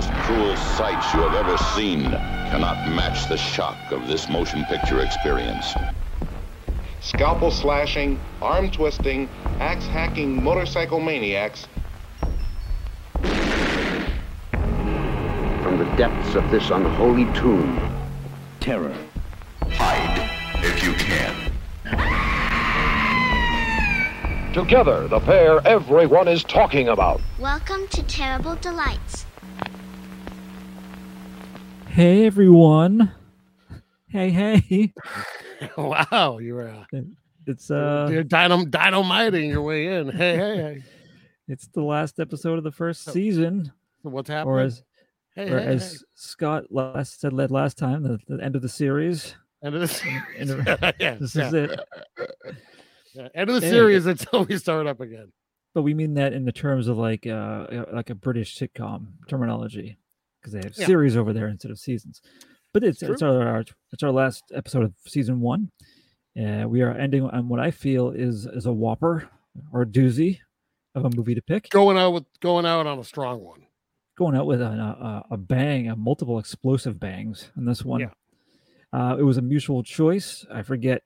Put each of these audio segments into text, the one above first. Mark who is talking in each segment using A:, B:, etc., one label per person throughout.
A: cruel sights you have ever seen cannot match the shock of this motion picture experience.
B: Scalpel slashing, arm twisting, axe hacking motorcycle maniacs.
C: From the depths of this unholy tomb,
D: terror.
E: Hide if you can.
F: Together, the pair everyone is talking about.
G: Welcome to Terrible Delights.
H: Hey everyone. Hey hey.
I: wow, you were uh,
H: It's uh
I: you're dynam- dynamiting your way in. Hey, hey, hey.
H: it's the last episode of the first season
I: What's happening?
H: or as
I: Oh. hey,
H: or
I: hey,
H: as Scott last said led last time the, the end of the series.
I: hey. end of the
H: in-
I: series.
H: in-
I: yeah,
H: This
I: yeah,
H: is it.
I: yeah. End of the
H: Anyway.
I: series until we start up again.
H: But we mean that in the terms of like uh uh, like a British sitcom terminology because they have
I: Yeah.
H: series over there instead of seasons. But it's it's
I: true.
H: our, our it's our last episode of season 1. Uh, we are ending on what I feel is is a whopper or a doozy of a movie to pick.
I: Going out with going out on a strong one.
H: going out with an, a, a a bang, a multiple explosive bangs on this one.
I: Yeah.
H: Uh, it was a mutual choice. I forget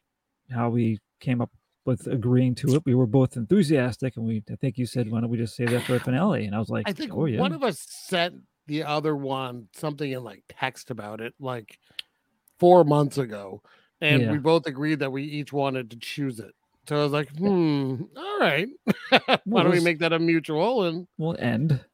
H: how we came up with agreeing to it. We were both enthusiastic, and we I think you said, "Why don't we just save that for a finale?" And I was like,
I: I think
H: oh yeah,
I: one of us sent the other one something in like text about it like four months ago, and
H: Yeah. Eh
I: we both agreed that we each wanted to choose it. So I was like, hmm, all right. Why
H: Well,
I: don't we
H: this-
I: make that a mutual and
H: we'll end."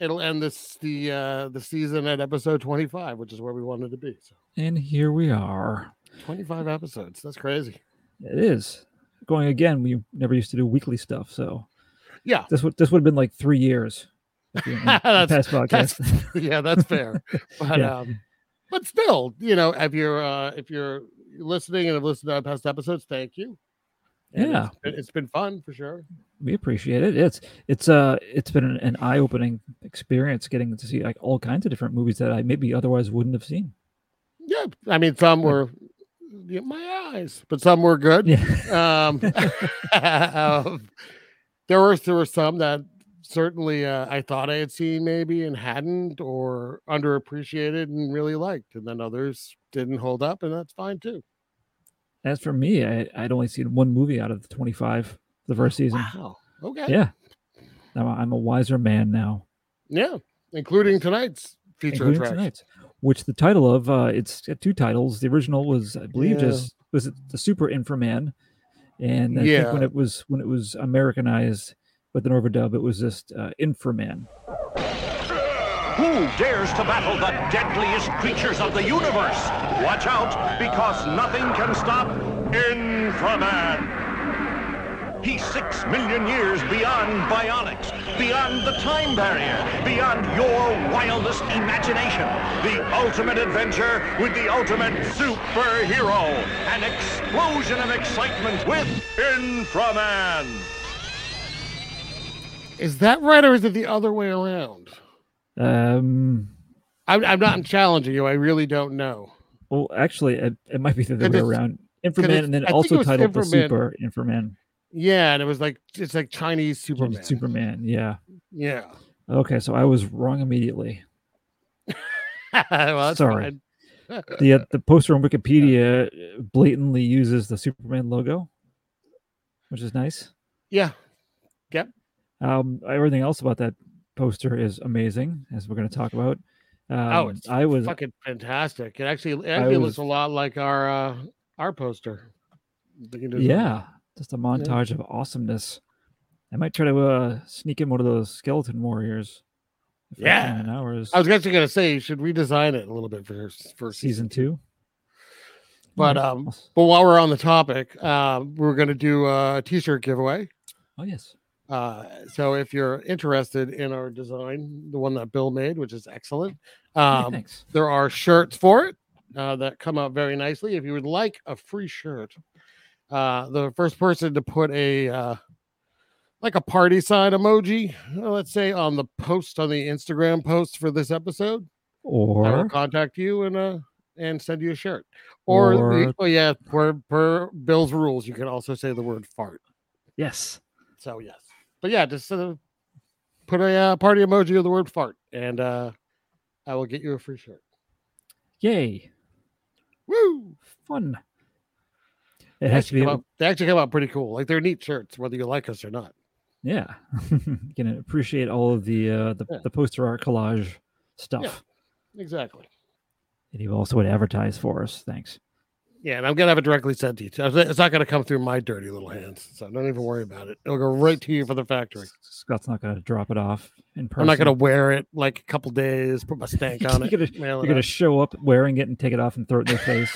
I: it'll end this the uh the season at episode 25, which is where we wanted to be. So
H: And here we are.
I: 25 episodes. That's crazy.
H: It is going again. We never used to do weekly stuff, so
I: Yeah.
H: this would this would have been like three years. if you- in- in
I: That's-
H: past
I: that's-
H: podcast.
I: yeah, that's fair. But
H: Yeah.
I: um, but still, you know, if you're uh, if you're listening and have listened to our past episodes, thank you. And
H: Yeah.
I: it's been, it's been fun for sure.
H: we appreciate it it's it's uh it's been an, an eye-opening experience getting to see like all kinds of different movies that i maybe otherwise wouldn't have seen
I: Yeah, I mean, some were yeah, my eyes, but some were good.
H: yeah
I: Um, um, there were there were some that certainly uh, I thought I had seen maybe and hadn't or underappreciated and really liked, and then others didn't hold up, and that's fine too.
H: as for me I, i'd only seen one movie out of the 25 for the first season
I: Wow. Okay.
H: yeah I'm a, I'm a wiser man now
I: Yeah, including tonight's feature
H: including
I: attraction.
H: tonight's, which the title of uh it's got two titles the original was i believe
I: Yeah.
H: just was it the super inframan and I think when
I: Yeah.
H: it was when it was americanized with an overdub it was just uh, inframan
E: Who dares to battle the deadliest creatures of the universe? Watch out, because nothing can stop Inframan. He's six million years beyond bionics, beyond the time barrier, beyond your wildest imagination. The ultimate adventure with the ultimate superhero. An explosion of excitement with Inframan.
I: Is that right, or is it the other way around?
H: um
I: I'm, I'm not challenging you. I really don't know.
H: Well, actually, it, it might be the other way
I: it's-
H: around.
I: it's-
H: Inframan, and then
I: I think it
H: also
I: was
H: titled the
I: Inframan.
H: Super Inframan.
I: Yeah, and it was like it's like Chinese
H: Superman.
I: Superman.
H: Superman. Yeah.
I: Yeah.
H: Okay, so I was wrong immediately.
I: Well, that's
H: Sorry.
I: fine.
H: The uh, the poster on Wikipedia uh, blatantly uses the Superman logo, which is nice.
I: yeah.
H: Um, everything else about that poster is amazing, as we're going to talk about. Um,
I: Oh, it's
H: I was
I: Fucking fantastic. It actually it actually looks
H: was-
I: a lot like our uh our poster. They can do something.
H: yeah, just a montage of awesomeness. I might try to uh, sneak in one of those skeleton warriors. if I can in hours.
I: I was actually gonna say you should redesign it a little bit for for
H: season two.
I: But
H: Alright,
I: um,
H: awes-
I: but while we're on the topic, um, we're gonna do a t-shirt giveaway.
H: oh yes,
I: Uh, so if you're interested in our design, the one that Bill made, which is excellent,
H: Yeah,
I: um,
H: thanks.
I: there are shirts for it uh, that come out very nicely. If you would like a free shirt, uh, the first person to put a uh, like a party sign emoji, uh, let's say on the post on the Instagram post for this episode, I will
H: Or
I: contact you and uh and send you a shirt. Or, the,
H: Or-
I: oh yeah, per per Bill's rules, you can also say the word fart.
H: yes,
I: So yes, but yeah, just uh, put a uh, party emoji of the word fart, and uh, I will get you a free shirt.
H: Yay.
I: Woo!
H: Fun.
I: They
H: It has to
I: actually
H: be
I: come out- they actually come out pretty cool. Like they're neat shirts, whether you like us or not.
H: yeah. you can appreciate all of the uh the,
I: Yeah.
H: the poster art collage stuff
I: Exactly.
H: that you also would advertise for us. Thanks.
I: Yeah, and I'm gonna have it directly sent to you. too. It's not gonna come through my dirty little hands, so don't even worry about it. It'll go right to you for the factory.
H: Scott's not gonna drop it off in person.
I: I'm not gonna wear it like a couple days, put my stank on it.
H: You're gonna-
I: mail
H: You're
I: it
H: gonna
I: out.
H: show up wearing it and take it off and throw it in their face.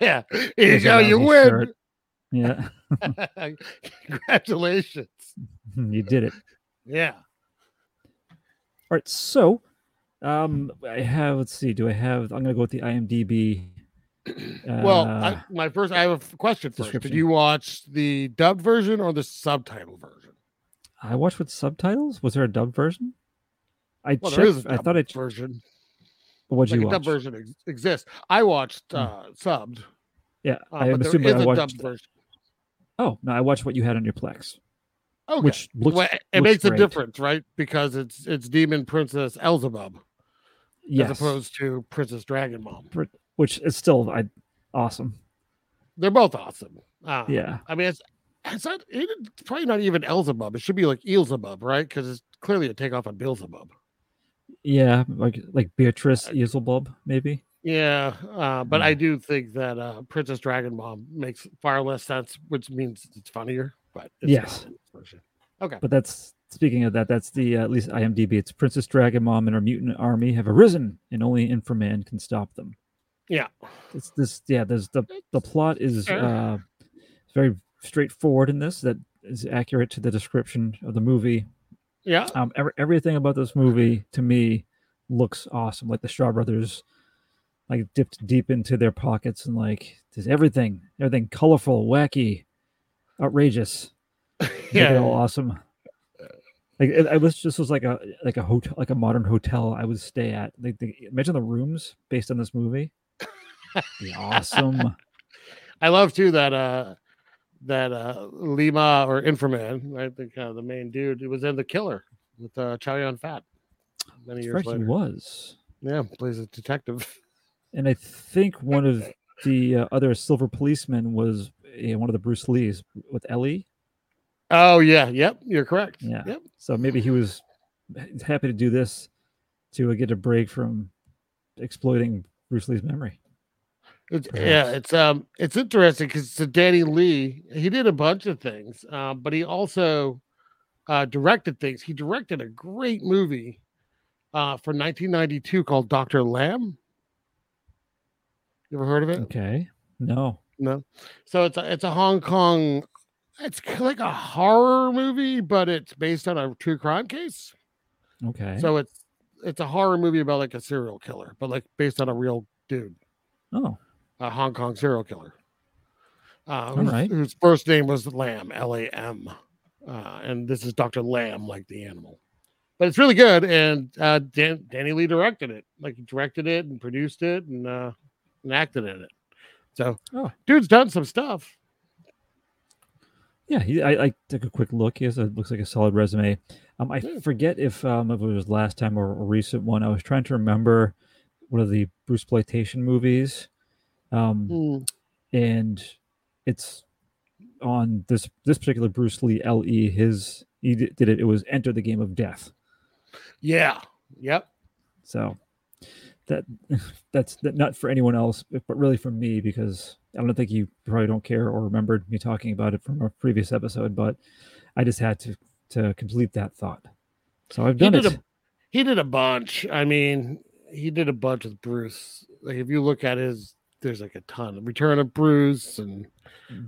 I: yeah. Here you
H: Is it
I: go,
H: on
I: you
H: the
I: win.
H: shirt? yeah,
I: Congratulations.
H: you did it.
I: Yeah.
H: All right, so um, I have. Let's see. Do I have? I'm gonna go with the IMDb.
I: Well,
H: uh,
I: I, my first, I have a question first. Did
H: description.
I: you watch the dubbed version or the subtitle version?
H: I watched with subtitles. Was there a dub version? I
I: Well, there is.
H: checked.
I: A
H: I thought I.
I: dubbed version.
H: What'd
I: like
H: you
I: a
H: watch?
I: dubbed version ex- exists. I watched
H: Hmm.
I: uh, subbed.
H: Yeah,
I: Uh,
H: I am
I: but there
H: assuming
I: is
H: I
I: a
H: watched.
I: dubbed version.
H: Oh no, I watched what you had on your Plex,
I: Okay.
H: which looks.
I: Oh, Well, it
H: looks
I: makes
H: great.
I: a difference, right? Because it's it's Demon Princess Elzebub
H: yes,
I: as opposed to Princess Dragon Mom.
H: which is still I, awesome.
I: They're both awesome. Uh,
H: Yeah,
I: I mean, it's it's not it's probably not even Elzebub. It should be like Eelzebub, right? Because it's clearly a takeoff on Beelzebub.
H: yeah, like like
I: uh,
H: Beatrice Easelbub, maybe.
I: Yeah, uh, but I
H: Mm.
I: do think that uh, Princess Dragon Bomb makes far less sense, which means it's funnier. But it's
H: Yes.
I: not in this version.
H: But that's speaking of that. That's the uh, at least IMDb. It's Princess Dragon Mom and her mutant army have arisen, and only Inframan can stop them.
I: yeah,
H: it's this yeah there's the the plot is
I: Sure.
H: uh very straightforward in this that is accurate to the description of the movie
I: yeah,
H: um every, everything about this movie to me looks awesome like the shaw brothers like dipped deep into their pockets and like there's everything everything colorful wacky outrageous yeah all
I: yeah.
H: awesome like it, I was just was like a like a hotel like a modern hotel I would stay at like the, imagine the rooms based on this movie Be awesome
I: I love too that uh, that uh, Lima or Inframan, right? The kind of the main dude. It was in the Killer with uh, Chow Yun Fat many
H: As
I: years
H: far as he
I: later.
H: was.
I: Yeah, plays a detective.
H: And I think one of the uh, other silver policemen was uh, one of the Bruce Lees with Ellie.
I: Oh yeah, yep, you're correct.
H: Yeah.
I: Yep.
H: So maybe he was h- happy to do this to uh, get a break from exploiting Bruce Lee's memory.
I: It's, yeah,
H: Perhaps.
I: it's um, it's interesting because so Danny Lee he did a bunch of things, uh, but he also uh, directed things. He directed a great movie uh, for 1992 called Doctor Lamb. You ever heard of it?
H: Okay. No.
I: No. So it's a, it's a Hong Kong. It's k- like a horror movie, but it's based on a true crime case.
H: Okay.
I: So it's it's a horror movie about like a serial killer, but like based on a real dude
H: oh,
I: a Hong Kong serial killer. Uh, whose,
H: right.
I: whose first name was Lamb, L A M. Uh, and this is Dr. Lamb, like the animal. But it's really good. And uh, Dan- Danny Lee directed it. Like he directed it and produced it and, uh, and acted in it. So,
H: Oh.
I: dude's done some stuff.
H: yeah. He, I, I took a quick look. He has a, looks like a solid resume. Um, I
I: Yeah.
H: forget if um, if it was last time or a recent one. I was trying to remember one of the Bruce Ploitation movies. Um,
I: Mm,
H: and it's on this this particular Bruce Lee LE his he di- did it it was enter the game of death
I: Yeah. Yep.
H: so that that's that not for anyone else but but really for me because I don't think you probably don't care or remembered me talking about it from a previous episode but I just had to to complete that thought so I've
I: He
H: done
I: did,
H: it
I: a, he did a bunch. I mean, he did a bunch with Bruce. Like, if you look at his, there's like a ton. Return of Bruce and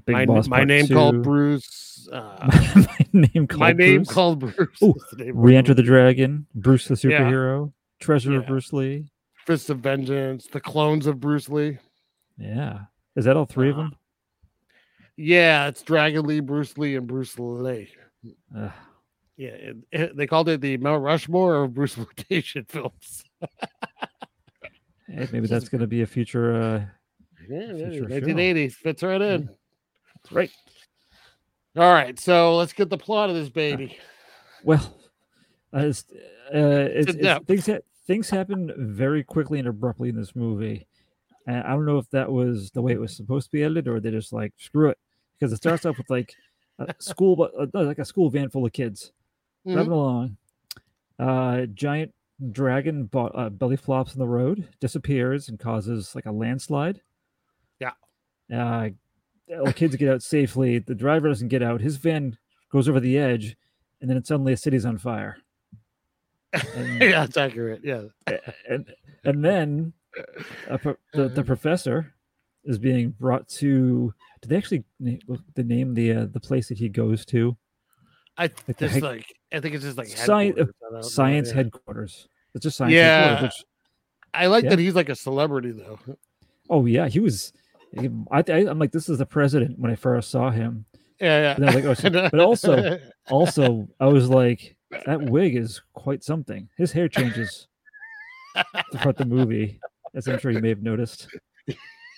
H: Big
I: my,
H: Boss
I: my
H: Part
I: name
H: Two.
I: called Bruce. Uh,
H: my name called
I: my name
H: Bruce.
I: called Bruce.
H: Ooh,
I: is the name of
H: re-enter
I: movie.
H: the dragon Bruce the
I: Yeah.
H: superhero treasure of
I: Yeah.
H: Bruce Lee
I: Fist of Vengeance, the clones of Bruce Lee.
H: yeah is that all three of
I: Uh,
H: them
I: Yeah, it's Dragon Lee, Bruce Lee, and Bruce Lee.
H: Ugh.
I: Yeah, it, it- they called it the Mount Rushmore of Bruce Plantation films.
H: Hey, maybe
I: Just-
H: that's going to be a future. Uh,
I: Yeah,
H: Future
I: yeah,
H: film.
I: 1980 fits right in.
H: that's right.
I: All right, so let's get the plot of this baby.
H: Well, uh, it's, uh, it's,
I: in
H: it's-
I: depth.
H: things ha- things happen very quickly and abruptly in this movie. And I don't know if that was the way it was supposed to be edited, or they just like screw it because it starts off with like a school, but uh, like a school van full of kids
I: Mhm.
H: driving along. Uh, giant dragon bo- uh, belly flops on the road, disappears, and causes like a landslide.
I: Yeah.
H: Uh, all the kids get out safely. The driver doesn't get out. His van goes over the edge, and then suddenly a city's on fire. And
I: yeah, it's accurate. Yeah.
H: and and then a, pro- the, the
I: Uh.
H: professor is being brought to. Did they actually na- look- the name the uh, the place that he goes to?
I: I
H: the
I: this
H: heck-
I: like I think it's just like
H: Sci-
I: headquarters, I don't know,
H: Science
I: yeah.
H: headquarters. It's just science.
I: Yeah.
H: headquarters, which-
I: I like
H: yeah.
I: that he's like a celebrity though.
H: oh yeah, he was. I, I, I'm like, this is the president when I first saw him.
I: Yeah,
H: And
I: yeah.
H: I was like, oh, shit. but also, also, I was like, that wig is quite something. His hair changes throughout the movie, as I'm sure you may have noticed.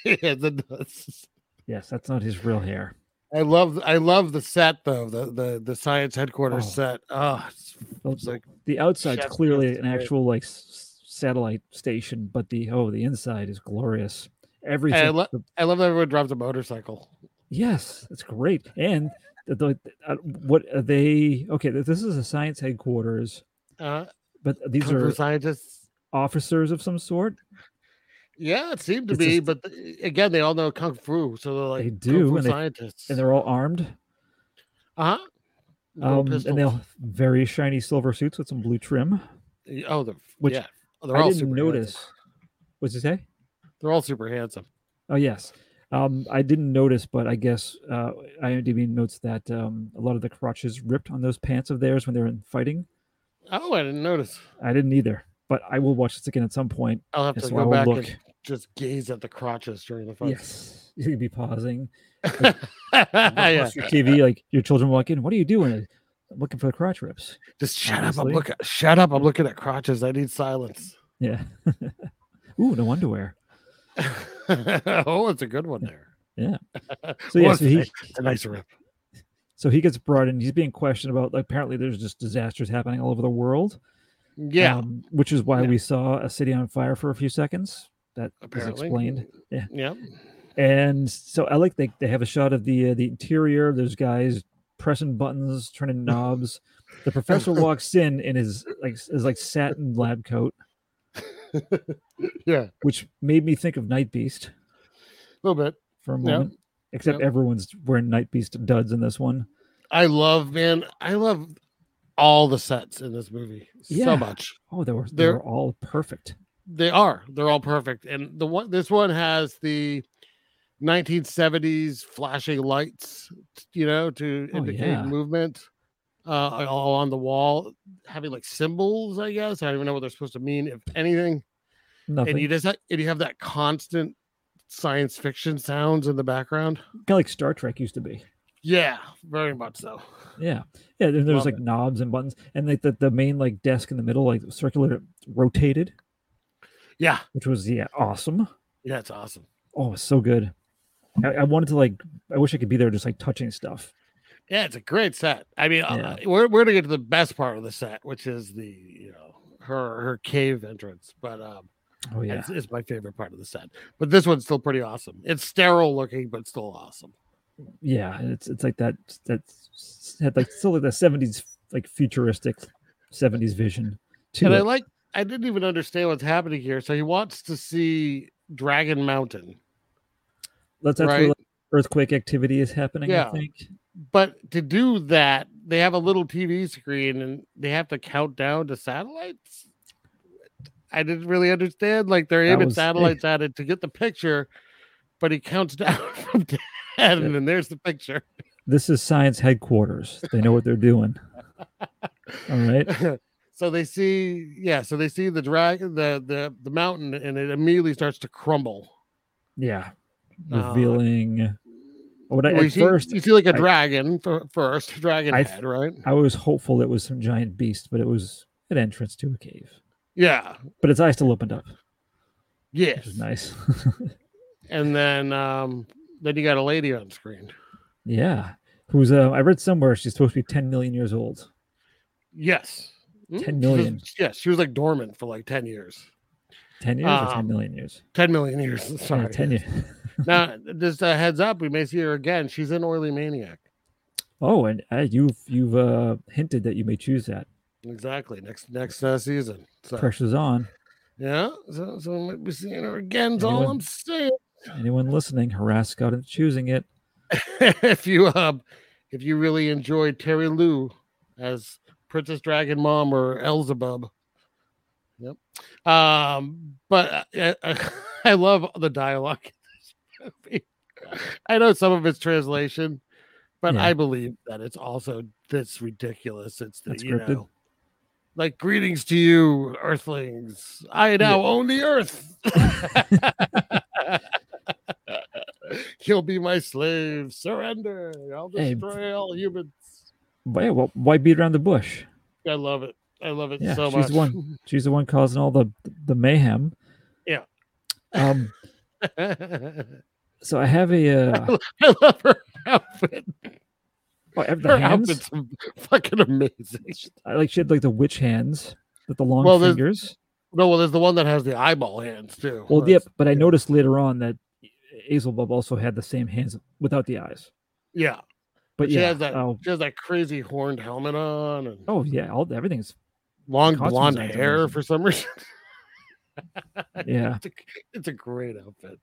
I: yeah, the nuts.
H: Yes, that's not his real hair.
I: I love I love the set though, the the, the science headquarters
H: Oh.
I: set. Oh it's,
H: Well,
I: it's like
H: the outside's
I: Chef's
H: clearly
I: kiss,
H: an
I: right.
H: actual like s- satellite station, but the oh, the inside is glorious. Everything,
I: I, lo-
H: the-
I: I love that everyone drives a motorcycle.
H: yes, it's great. And the, the, uh, what are they? Okay, th- this is a science headquarters,
I: Uh
H: but these
I: kung fu
H: are
I: scientists.
H: officers of some sort.
I: Yeah, it seemed to
H: It's
I: be,
H: just-
I: but th- again, they all know kung fu, so they're like
H: They
I: kung
H: do,
I: fu
H: and they-
I: scientists.
H: And they're all armed,
I: uh-huh. Little
H: um, and
I: pistols.
H: they'll very shiny silver suits with some blue trim.
I: Y- Oh, they're,
H: which
I: yeah, Oh, they're
H: I
I: all
H: didn't
I: super
H: notice.
I: Handsome.
H: What'd you say?
I: They're all super handsome.
H: Oh yes, um, I didn't notice, but I guess uh, IMDb notes that um, a lot of the crotches ripped on those pants of theirs when they were in fighting.
I: Oh, I didn't notice.
H: I didn't either, but I will watch this again at some point.
I: I'll have
H: Yes,
I: to
H: well, I
I: go
H: will
I: back
H: look.
I: and just gaze at the crotches during the fight.
H: Yes, you could be pausing.
I: yeah.
H: Watch your TV, like your children walk in. What are you doing? I'm looking for the crotch rips.
I: Just shut up. I'm
H: Honestly.
I: looking. Shut up. I'm looking at crotches. I need silence.
H: Yeah. Ooh, no underwear.
I: oh, it's a good one there.
H: Yeah. So
I: So
H: yeah,
I: yes,
H: so he
I: it's a nice rip.
H: so he gets brought in. He's being questioned about. Like, apparently, there's just disasters happening all over the world.
I: Yeah,
H: um, which is why
I: Yeah.
H: we saw a city on fire for a few seconds. That is
I: apparently
H: explained. Yeah.
I: Yeah.
H: And so I like they, they have a shot of the uh, the interior. There's guys pressing buttons, turning knobs. The professor walks in in his like s- his like satin lab coat,
I: Yeah. A
H: which made me think of Night Beast
I: little bit.
H: for a
I: Yep.
H: moment. Except
I: Yep.
H: everyone's wearing Night Beast duds in this one.
I: I love, man. I love all the sets in this movie
H: Yeah.
I: so much.
H: Oh, they were they
I: They're-
H: were all perfect.
I: They are. They're all perfect. And the one this one has the 1970s flashing lights, you know, to
H: Oh,
I: indicate
H: yeah.
I: movement uh all on the wall, having like symbols, I guess. I don't even know what they're supposed to mean, if anything.
H: Nothing
I: And you just ha- and you have that constant science fiction sounds in the background.
H: kind of like Star Trek used to be.
I: Yeah, very much so.
H: Yeah, yeah. Then there's
I: Love
H: like knobs and buttons, and like the, the main like desk in the middle, like circular, rotated,
I: Yeah,
H: which was yeah awesome.
I: yeah, it's awesome.
H: Oh, it's so good. I, I wanted to like. I wish I could be there, just like touching stuff.
I: Yeah, it's a great set. I mean, uh,
H: Yeah.
I: we're we're gonna get to the best part of the set, which is the you know her her cave entrance. But um,
H: Oh yeah,
I: it's, it's my favorite part of the set. But this one's still pretty awesome. It's sterile looking, but still awesome.
H: yeah. It's it's like that. That had like still like the seventies like futuristic seventies vision. To
I: and I
H: it.
I: like. I didn't even understand what's happening here. So he wants to see Dragon Mountain,
H: That's actually
I: right?
H: like, earthquake activity is happening.
I: Yeah.
H: I think.
I: But to do that, they have a little TV screen and they have to count down to satellites. I didn't really understand. Like they're
H: That
I: aiming
H: was-
I: satellites at it to get the picture, but he counts down from ten, and then there's the picture.
H: This is science headquarters. They know what they're doing. All right.
I: so they see, yeah, so they see the dragon, the the the mountain, and it immediately starts to crumble.
H: Yeah.
I: Uh,
H: Revealing. what I,
I: Well, you,
H: at
I: see,
H: first
I: you see like a
H: I-
I: dragon fir- first, dragon
H: I-
I: head, right?
H: I was hopeful it was some giant beast, but it was an entrance to a cave.
I: Yeah,
H: But its eyes still opened up,
I: yes.
H: which is nice.
I: And then, um, then you got a lady on screen.
H: yeah. Who's uh, I read somewhere she's supposed to be 10 million years old.
I: Yes. Hmm?
H: 10 million,
I: Yeah, she was like dormant for like 10 years.
H: 10 years or 10
I: Um,
H: million years?
I: 10 million years.
H: Yeah,
I: Sorry.
H: 10 years.
I: Now, just a heads up, we may see her again. She's in Oily Maniac.
H: Oh, and uh, you've you've uh, hinted that you may choose that.
I: Exactly. Next next uh, season. So,
H: Pressure's on.
I: yeah. So, so we might be seeing her again. Is all
H: Anyone-
I: I'm saying.
H: Anyone listening, harass Scott into choosing it.
I: if you uh, if you really enjoyed Terry Lou as Princess Dragon Mom or Elzebub. Yep. Um, but I, I, I love the dialogue in this movie. I know some of it's translation, but
H: Yeah.
I: I believe that it's also this ridiculous. It's the,
H: That's
I: you
H: scripted.
I: know, like greetings to you, Earthlings. I now own the Earth. He'll be my slave. Surrender. I'll
H: Hey,
I: destroy all humans.
H: But yeah, well, why beat around the bush?
I: I love it. I love it
H: Yeah,
I: so
H: she's
I: much.
H: the one. She's the one causing all the the mayhem.
I: Yeah.
H: Um. So I have a uh,
I: I love her outfit.
H: oh, I have
I: her
H: the hands.
I: outfit's fucking amazing.
H: I like she had like the witch hands with the long
I: Well, there's-
H: fingers.
I: No, well, there's the one that has the eyeball hands too.
H: Well,
I: That's-
H: yep. But I noticed later on that Hazelbub also had the same hands without the eyes.
I: yeah.
H: But
I: she
H: yeah.
I: has that.
H: oh,
I: She has that crazy horned helmet on and
H: oh yeah. All everything's
I: long
H: costume
I: blonde
H: design's
I: hair
H: amazing.
I: for some reason.
H: yeah.
I: It's a, it's a great outfit.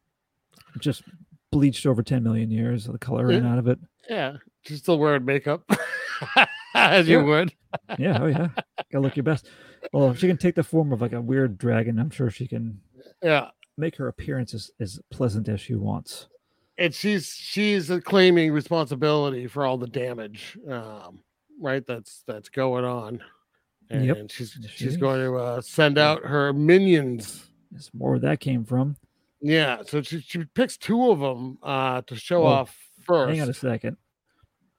H: just bleached over 10 million years. The color ran
I: Yeah.
H: out of it.
I: Yeah, she's still wearing makeup as
H: Yeah.
I: you would.
H: Yeah. Oh, yeah. Gotta look your best. Well, if she can take the form of like a weird dragon, I'm sure she can
I: Yeah,
H: make her appearance as, as pleasant as she wants.
I: and she's she's claiming responsibility for all the damage, um, right? That's that's going on, and
H: Yep.
I: she's
H: Yes, she
I: she's
H: is.
I: going to uh, send out her minions.
H: That's more where that came from.
I: Yeah, so she, she picks two of them uh, to show
H: Well,
I: off first. Oh.
H: Hang on a second.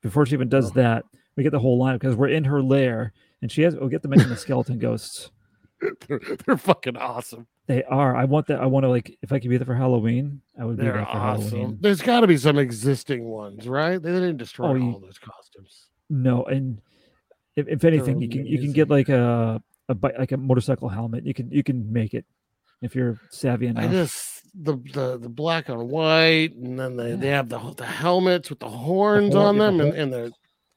H: Before she even does that, we get the whole line because we're in her lair and she has, we'll get to mention the skeleton ghosts.
I: they're, they're fucking awesome.
H: They are. I want that. I want to like, if I could be there for Halloween, I would be
I: They're
H: there for
I: awesome.
H: Halloween.
I: There's got to be some existing ones, right? They didn't destroy
H: Oh, you-
I: all those costumes.
H: No, and if, if anything, you can you can get
I: amazing.
H: like a a bike, like a motorcycle helmet. You can you can make it if you're savvy enough.
I: I just the, the the black on white, and then they, they have the the helmets with the horns
H: horn-
I: on
H: yeah, the
I: them, and,
H: horn-
I: and they're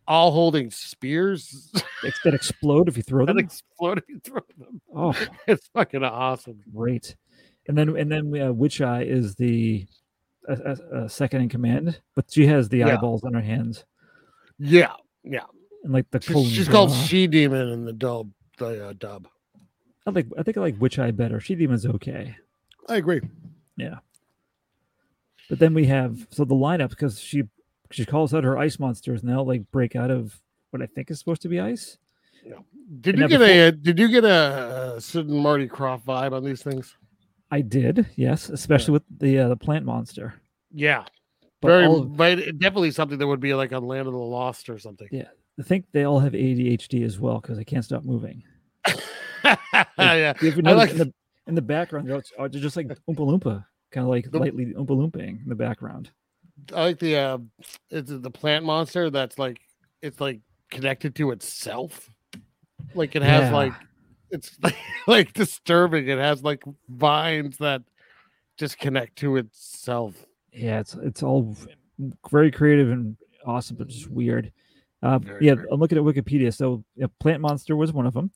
I: all holding spears
H: It's that explode if you throw
I: that
H: them.
I: exploding through them.
H: Oh,
I: It's fucking awesome.
H: great! And then and then we, uh, Witch Eye is the uh, uh, uh, second in command, but she has the
I: Yeah.
H: eyeballs on her hands
I: Yeah, yeah.
H: and like the.
I: She's,
H: cones
I: she's
H: are
I: called
H: off.
I: She Demon in the dub. The uh, dub.
H: I like. I think I like Witch Eye better. She demon's okay.
I: I agree.
H: But then we have so the lineup because she she calls out her ice monsters and they'll like break out of what I think is supposed to be ice.
I: Did
H: And
I: you
H: now
I: get a uh, did you get a, uh Sid and Marty Croft vibe on these things?
H: I did, yes, especially with the uh, the plant monster.
I: Yeah,
H: But
I: very
H: all of-
I: but it- definitely something that would be like on Land of the Lost or something.
H: Yeah. I think they all have ADHD as well because they can't stop moving.
I: yeah,
H: If you
I: I
H: notice
I: like
H: in, the, in the background, they're, all- oh, they're just like Oompa Loompa, kind of like
I: The-
H: lightly Oompa Loomping in the background.
I: I like the uh, it's the plant monster that's like it's like connected to itself, like it has
H: Yeah.
I: like it's like, like disturbing. It has like vines that just connect to itself.
H: Yeah, it's it's all v- very creative and awesome, but just weird. Uh,
I: Very
H: yeah,
I: weird.
H: I'm looking at Wikipedia. So, yeah, plant monster was one of them.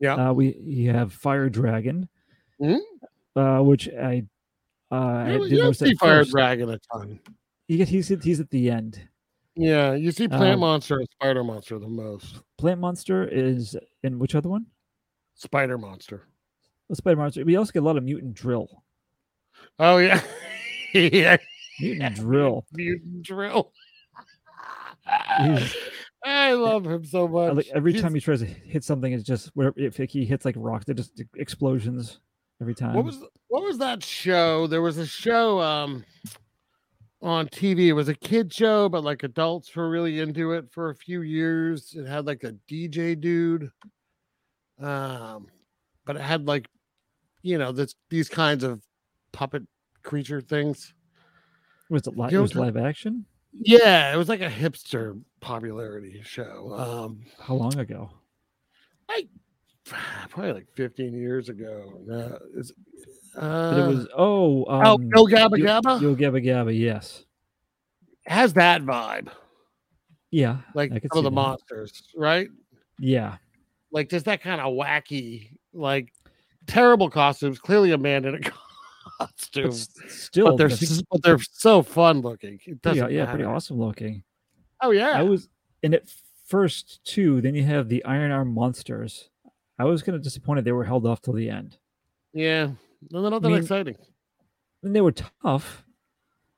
I: Yeah.
H: Uh, we you have fire dragon,
I: Mhm.
H: uh, which I uh, I
I: You,
H: didn't
I: you don't
H: notice
I: see
H: at
I: Fire
H: first.
I: Dragon a ton.
H: He gets- he's at- he's at the end.
I: Yeah, you see Plant
H: Um,
I: Monster and Spider Monster the most.
H: Plant Monster is in which other one?
I: Spider Monster.
H: Oh, Spider Monster. We also get a lot of mutant drill.
I: Oh yeah, yeah,
H: Mutant drill.
I: mutant drill.
H: He's-
I: I love him so
H: I
I: much.
H: like- every
I: He's-
H: time he tries to hit something, it's just where if he hits like rocks, they're just explosions every time.
I: what was what was that show? There was a show um on TV. It was a kid show, but like adults were really into it for a few years. It had like a DJ dude. Um, but it had like you know, this these kinds of puppet creature things.
H: was it? Li-
I: you
H: it
I: know
H: was
I: what
H: live action.
I: Yeah, it was like a hipster popularity show. Um
H: How long ago?
I: probably like 15 years ago. Uh, it's-
H: But it
I: uh,
H: was oh um,
I: oh, Yo Gabba
H: Yo-
I: Gabba
H: Yo Gabba Gabba. Yes.
I: has that vibe,
H: Yeah.
I: like
H: I could
I: some of
H: see
I: the
H: that.
I: monsters, right?
H: Yeah.
I: Like just that kind of wacky, like terrible costumes. Clearly a man in a costume,
H: But
I: but,
H: s- still,
I: they're
H: that's
I: s- but they're so fun looking. It
H: pretty,
I: doesn't
H: yeah, pretty
I: matter.
H: awesome looking.
I: Oh yeah,
H: I was, and at first two, then you have the Iron Arm monsters. I was kind of disappointed they were held off till the end.
I: yeah. No, they're not that
H: mean,
I: exciting.
H: And they were tough,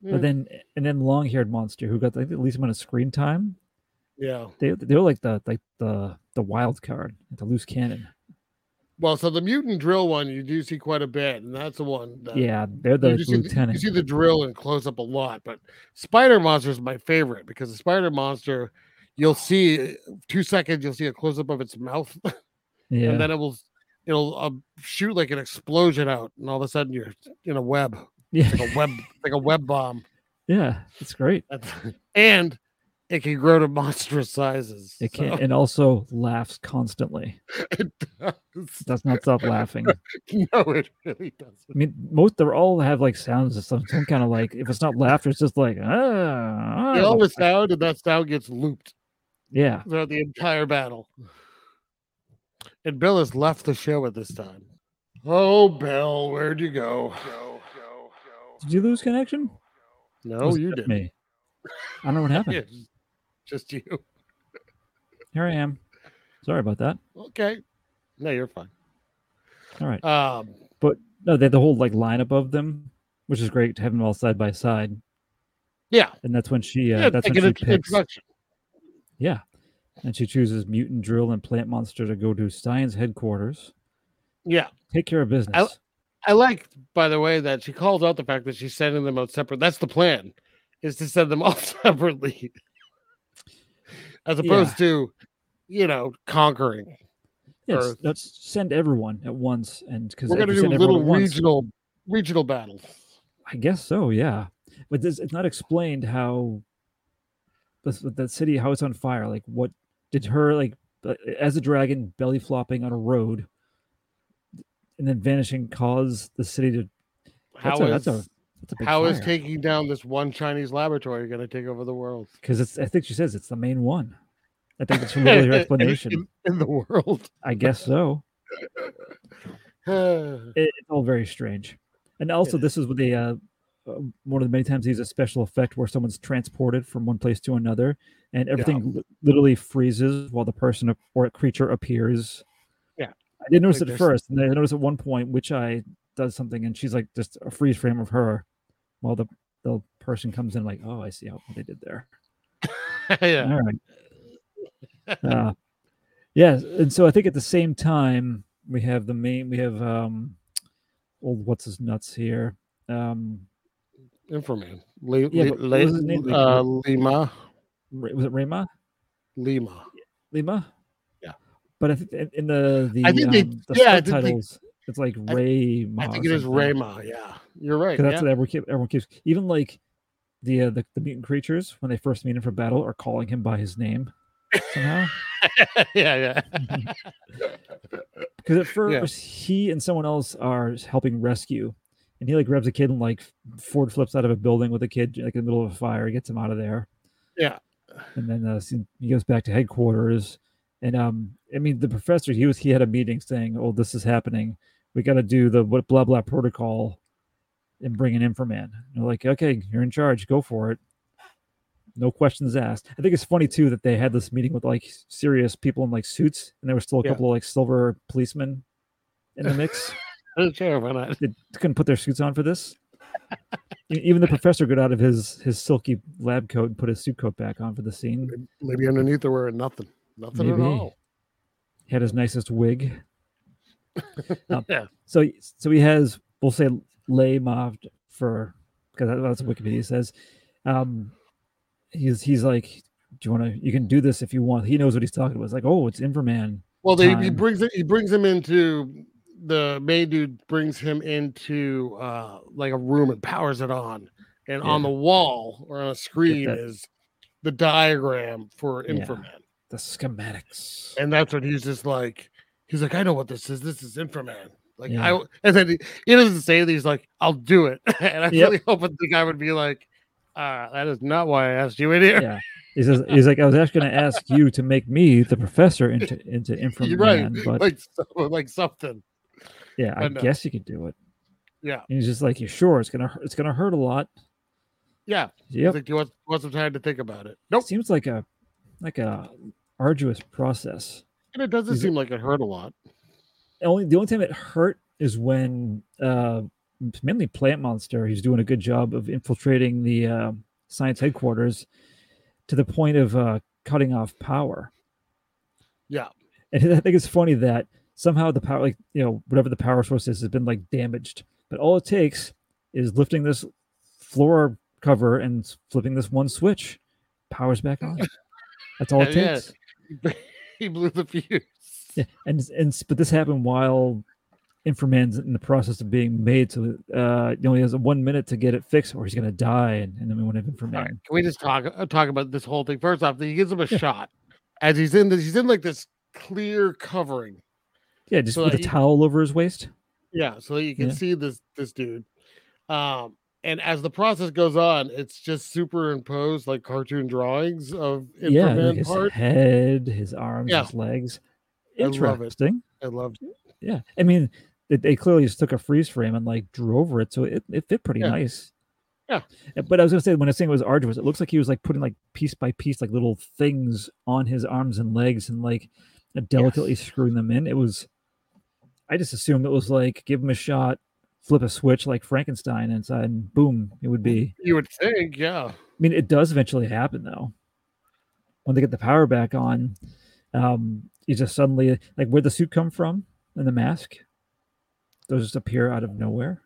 I: Yeah.
H: but then and then long haired monster who got like, the least amount of screen time.
I: Yeah.
H: They they were like the like the the wild card, the loose cannon.
I: Well, so the mutant drill one you do see quite a bit, and that's the one. That
H: yeah, they're
I: Uh, you
H: the
I: do see the-
H: lieutenant.
I: You see the drill and close up a lot, but Spider Monster is my favorite because the Spider Monster, you'll see two seconds, you'll see a close up of its mouth,
H: yeah,
I: and then it will it'll uh, shoot like an explosion out, and all of a sudden you're in a web,
H: yeah,
I: like a web, like a web bomb,
H: yeah. It's great.
I: That's- and it can grow to monstrous sizes.
H: It
I: so
H: can and also laughs constantly.
I: it does.
H: Does not stop laughing.
I: No, it really doesn't.
H: I mean, most they are all have like sounds of some, some kind of like if it's not laughter, it's just like ah,
I: They
H: ah,
I: always
H: like-
I: sound, and that sound gets looped.
H: yeah.
I: throughout the entire battle. And Bill has left the show at this time. Oh, Bill, where'd you go?
H: Did you lose connection? Or
I: No,
H: was it
I: Oh, you
H: just
I: didn't.
H: Me. I don't know what happened.
I: Yeah, just- just you.
H: Here I am. Sorry about that.
I: Okay. No, you're fine.
H: All right.
I: Um,
H: No, they had the whole like line above them, which is great to have them all side by side.
I: yeah.
H: And that's when she, uh,
I: Yeah,
H: that's
I: like
H: when she
I: an int-
H: picks.
I: introduction.
H: Yeah. And she chooses mutant drill and plant monster to go to Stein's headquarters.
I: Yeah.
H: Take care of business.
I: I like, by the way, that she calls out the fact that she's sending them out separate. That's the plan, is to send them all separately. As opposed to, you know, conquering.
H: Yes,
I: Earth.
H: let's send everyone at once. And because
I: We're going to do little regional regional battles.
H: I guess so, yeah. But this, it's not explained how this, the city, how it's on fire. Like, what did her, like, uh, as a dragon, belly flopping on a road and then vanishing cause the city to.
I: How
H: that's a, that's a,
I: is-
H: that's a big
I: How is taking down this one Chinese laboratory going to take over the world?
H: Because it's, I think she says it's the main one. I think it's really her
I: In-
H: explanation.
I: in, in the world.
H: I guess so.
I: yeah,
H: It, it's all very strange. And also, this is what they, uh, uh, one of the many times they use a special effect where someone's transported from one place to another and everything li- literally freezes while the person ap- or creature appears.
I: Yeah.
H: I didn't notice
I: Like
H: it at
I: there's-
H: first. And then I noticed at one point, Witch Eye does something and she's like just a freeze frame of her while the, the person comes in, like, oh, I see how what they did there. All right. Uh, yeah, and so I think at the same time we have the main we have um old what's his nuts here. Um
I: Infoman. Le,
H: Yeah,
I: Le-
H: but what
I: Le-
H: was his name?
I: uh, Lima.
H: Ra- was it Rima?
I: Lima.
H: Lima?
I: Yeah.
H: But I think in- in the the,
I: I think they-
H: um, the
I: yeah, I think they-
H: subtitles it's like
I: I-
H: Ray
I: I think it is Rayma. Yeah, you're right.
H: Because that's
I: yeah.
H: what everyone keeps, everyone keeps even like the, uh, the the mutant creatures when they first meet him for battle are calling him by his name somehow.
I: yeah,
H: Because at first he and someone else are s- helping rescue, and he like grabs a kid and like Ford flips out of a building with a kid like in the middle of a fire, gets him out of there.
I: Yeah.
H: and then uh, s- he goes back to headquarters, and um, I mean the professor he was he had a meeting saying, "Oh, this is happening. We got to do the what blah blah protocol, and bring an inframan." And they're like, "Okay, you're in charge. Go for it." No questions asked. I think it's funny too that they had this meeting with like serious people in like suits, and there were still a
I: Yeah.
H: couple of like silver policemen in the mix.
I: yeah. Sure, why not?
H: they couldn't put their suits on for this. E- Even the professor got out of his his silky lab coat and put his suit coat back on for the scene.
I: Maybe underneath they're wearing nothing. Nothing
H: Maybe.
I: at all.
H: He had his nicest wig. Um,
I: Yeah.
H: So so he has we'll say lay Mav for because that's what Wikipedia says. Um, he's he's like, do you want to? You can do this if you want. He knows what he's talking about. It's like, oh, it's Inverman.
I: Well, they, he
H: time.
I: brings it. He brings him into the main dude. Brings him into uh like a room and powers it on. And on
H: Yeah.
I: the wall or on a screen
H: that-
I: is the diagram for
H: Yeah.
I: Inferman,
H: The schematics.
I: and that's what he's just like. He's like, I know what this is. This is Inframan. Like
H: Yeah.
I: I and then he, he doesn't say it. He's like, I'll do it. and I
H: Yep.
I: really hope that the guy would be like, uh, that is not why I asked you in here.
H: Yeah. He says he's like I was actually going to ask you to make me the professor into into Inframan,
I: You're right.
H: but
I: Like so- like something.
H: yeah, I
I: I know.
H: guess you could do it.
I: Yeah.
H: And he's just like, you sure it's gonna hu- it's gonna hurt a lot.
I: Yeah.
H: Yep.
I: He's like, do you want, want some time to think about it? Nope.
H: Seems like a like a arduous process.
I: And it doesn't
H: Is it-
I: seem like it hurt a lot.
H: only the only time it hurt is when uh mainly plant monster he's doing a good job of infiltrating the uh, science headquarters to the point of uh cutting off power
I: Yeah.
H: and i think it's funny that somehow the power like you know whatever the power source is has been like damaged but all it takes is lifting this floor cover and s- flipping this one switch powers back on that's all it
I: Yeah, yeah.
H: takes
I: he blew the fuse.
H: yeah, and and s- but this happened while Inframan's in the process of being made, so uh, he only has one minute to get it fixed, or he's gonna die, and, and then we won't have
I: All
H: Inframan.
I: right, can we just talk uh, talk about this whole thing? First off, he gives him a shot as he's in this. He's in like this clear covering.
H: Yeah, just
I: So
H: with a
I: that you-
H: towel over his waist.
I: Yeah, so you can
H: Yeah.
I: see this this dude. Um, and as the process goes on, it's just superimposed like cartoon drawings of
H: yeah, like
I: Inframan
H: his
I: part.
H: head, his arms,
I: Yeah.
H: his legs.
I: I love it.
H: Interesting.
I: I love.
H: Yeah, I mean, they, they clearly just took a freeze frame and like drew over it, so it, it fit pretty
I: Yeah.
H: nice.
I: Yeah.
H: Uh, But I was gonna say when I was saying it was arduous, it looks like he was like putting like piece by piece like little things on his arms and legs and like uh, delicately screwing them in. It was, I just assumed it was like give him a shot, flip a switch like Frankenstein inside, and boom, it would be.
I: You would think, yeah,
H: I mean, it does eventually happen though. When they get the power back on, um, you just suddenly like where'd the suit come from and the mask? Those just appear out of nowhere.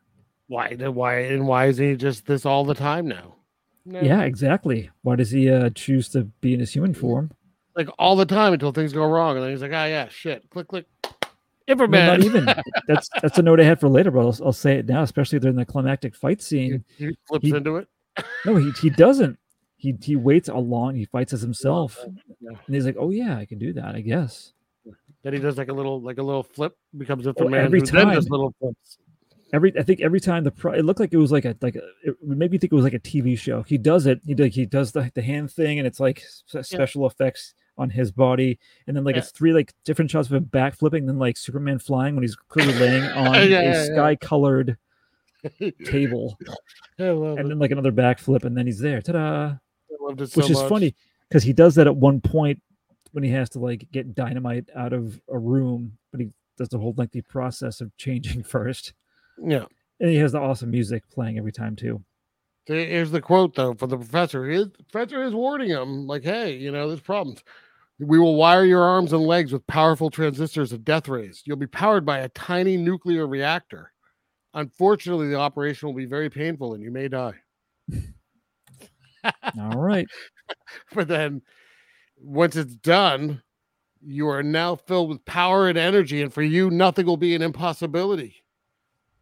I: why? Then why? And why is he just this all the time now? No.
H: Yeah, exactly. Why does he uh, choose to be in his human form?
I: like all the time until things go wrong, and then he's like, ah, yeah, shit, click, click,
H: I mean,
I: Inframan.
H: not even. That's that's a note I had for later, but I'll, I'll say it now, especially during the climactic fight
I: he,
H: scene.
I: he flips
H: he-
I: into it.
H: No, he he doesn't. He he waits a long. He fights as himself,
I: yeah.
H: and he's like, "Oh yeah, I can do that. I guess."
I: Then he does like a little, like a little flip, becomes Inframan.
H: every
I: who then does
H: time.
I: little flips.
H: every I think every time the pro, it looked like it was like a like a, it made me think it was like a TV show. He does it. He like he does the the hand thing, and it's like s- special effects on his body, and then like
I: Yeah.
H: it's three like different shots of him back flipping, then like Superman flying when he's clearly laying on
I: Yeah,
H: a
I: yeah, yeah.
H: sky colored table,
I: I love
H: and
I: it.
H: then like another back flip, and then he's there. Ta da!
I: I loved it so
H: Which is
I: much.
H: funny because he does that at one point when he has to like get dynamite out of a room, but he does the whole lengthy process of changing first.
I: Yeah.
H: And he has the awesome music playing every time too.
I: So Here's the quote though for the professor. His the professor is warning him, like, hey, you know, there's problems. We will wire your arms and legs with powerful transistors of death rays. You'll be powered by a tiny nuclear reactor. Unfortunately, the operation will be very painful and you may die.
H: All right.
I: But then once it's done, you are now filled with power and energy, and for you, nothing will be an impossibility.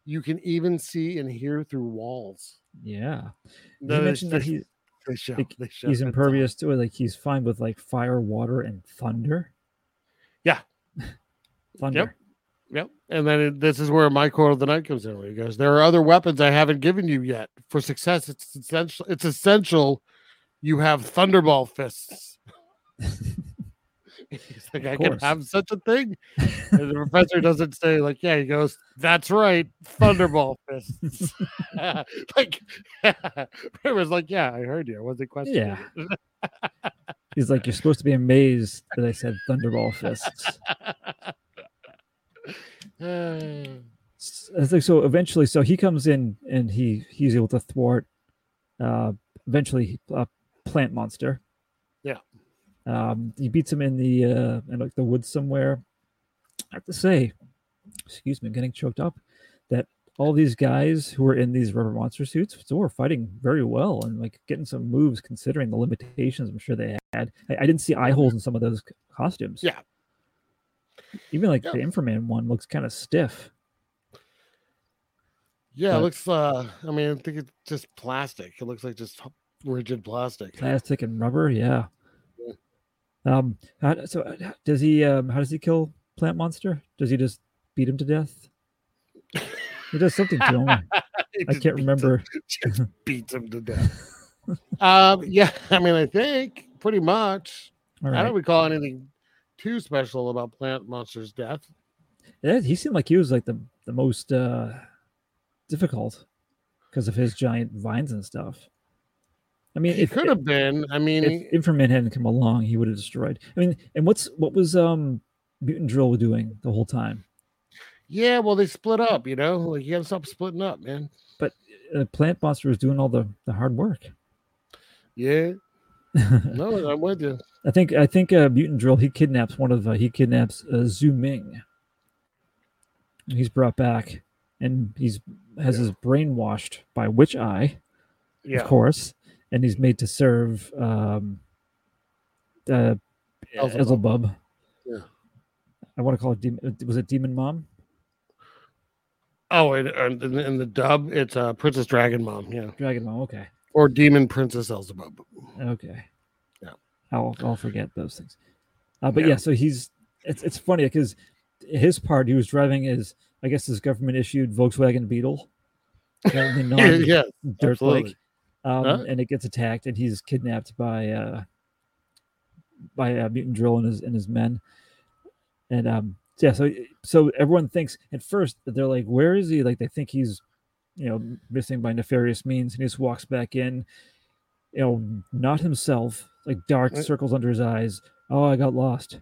I: You can even see and hear through walls.
H: Yeah. You
I: That is-
H: mentioned that
I: they-
H: he,
I: they show-
H: like,
I: they show
H: he's
I: it's all-
H: impervious to it. Like he's fine with like fire, water, and thunder.
I: Yeah.
H: thunder.
I: Yep. And then it, this is where my quote of the night comes in, where he goes, "There are other weapons I haven't given you yet. For success, it's essential. It's essential you have thunderball fists." He's like, "I can
H: course.
I: have such a thing." And the professor doesn't say, "Like, yeah." He goes, "That's right, thunderball fists." like, it was like, "Yeah, I heard you. I wasn't questioning."
H: Yeah.
I: it."
H: He's like, you're supposed to be amazed that I said thunderball fists.
I: Uh,
H: S- I think so. Eventually, so he comes in and he he's able to thwart. Uh, eventually, uh, plant monster.
I: Yeah.
H: Um, he beats him in the uh, in like the woods somewhere. I have to say, excuse me, I'm getting choked up. That all these guys who were in these rubber monster suits so were fighting very well and like getting some moves considering the limitations. I'm sure they had. I, I didn't see eye holes in some of those c- costumes.
I: Yeah.
H: Even like
I: Yeah.
H: the Inframan one looks kind of stiff.
I: Yeah, it
H: but-
I: looks. uh I mean, I think it's just plastic. It looks like just h- rigid plastic.
H: plastic and rubber yeah um how, so uh, does he um how does he kill plant monster? Does he just beat him to death? He does something to him.
I: It
H: I
I: just
H: can't
I: beats
H: remember.
I: Him, just beats him to death. um, yeah, I mean, I think pretty much.
H: All
I: I
H: right.
I: don't recall anything too special about Plant Monster's death.
H: Yeah, he seemed like he was like the the most uh difficult because of his giant vines and stuff. I mean,
I: It
H: if,
I: could have been. I mean,
H: if Inframan hadn't come along, he would have destroyed. I mean, and what's what was um Mutant Drill doing the whole time?
I: yeah. Well, they split up. You know, like you got to stop splitting up, man.
H: Uh, Plant Monster was doing all the the hard work.
I: Yeah. No, I'm with you.
H: I think I think uh, Mutant Drill he kidnaps one of uh, he kidnaps uh, Zhu Ming. And he's brought back, and he's has his brainwashed by Witch Eye,
I: Yeah.
H: of course, and he's made to serve um, uh,
I: Beelzebub.
H: Beelzebub.
I: Yeah.
H: I want to call it. Demon, was it Demon Mom?
I: Oh, and, and in the- in the dub, it's uh, Princess Dragon Mom. Yeah.
H: Dragon Mom. Okay.
I: Or Demon Princess Elzebub.
H: Okay.
I: Yeah.
H: I'll I'll forget those things. Uh, but
I: Yeah.
H: yeah. so he's it's it's funny because his part he was driving is I guess his government issued Volkswagen Beetle. that the
I: Yeah.
H: non-
I: yeah.
H: dirt
I: absolutely.
H: bike, um,
I: Huh?
H: and it gets attacked, and he's kidnapped by uh, by uh, mutant drill and his and his men, and um, yeah, so so everyone thinks at first that they're like, where is he? Like they think he's, you know, missing by nefarious means, and he just walks back in, you know, not himself, like dark
I: Right.
H: circles under his eyes. Oh, I got lost.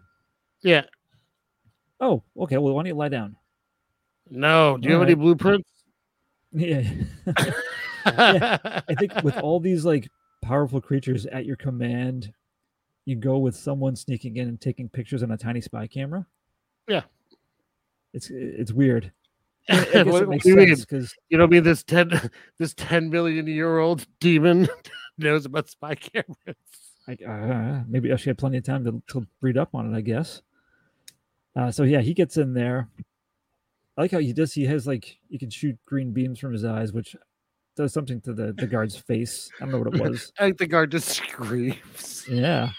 I: Yeah.
H: Oh, okay. Well, why don't you lie down?
I: No. Do you have
H: All
I: any
H: right.
I: blueprints?
H: Yeah. I think with all these like powerful creatures at your command, you go with someone sneaking in and taking pictures on a tiny spy camera.
I: Yeah.
H: It's it's weird. I guess it
I: What- what
H: makes
I: do you mean?
H: sense because
I: You know, what I mean this ten, this ten million year old demon knows about spy cameras.
H: like, uh, maybe she had plenty of time to, to read up on it, I guess. Uh, so yeah, he gets in there. I like how he does. He has like you can shoot green beams from his eyes, which does something to the the guard's face. I don't know what it was.
I: I think the guard just screams.
H: Yeah.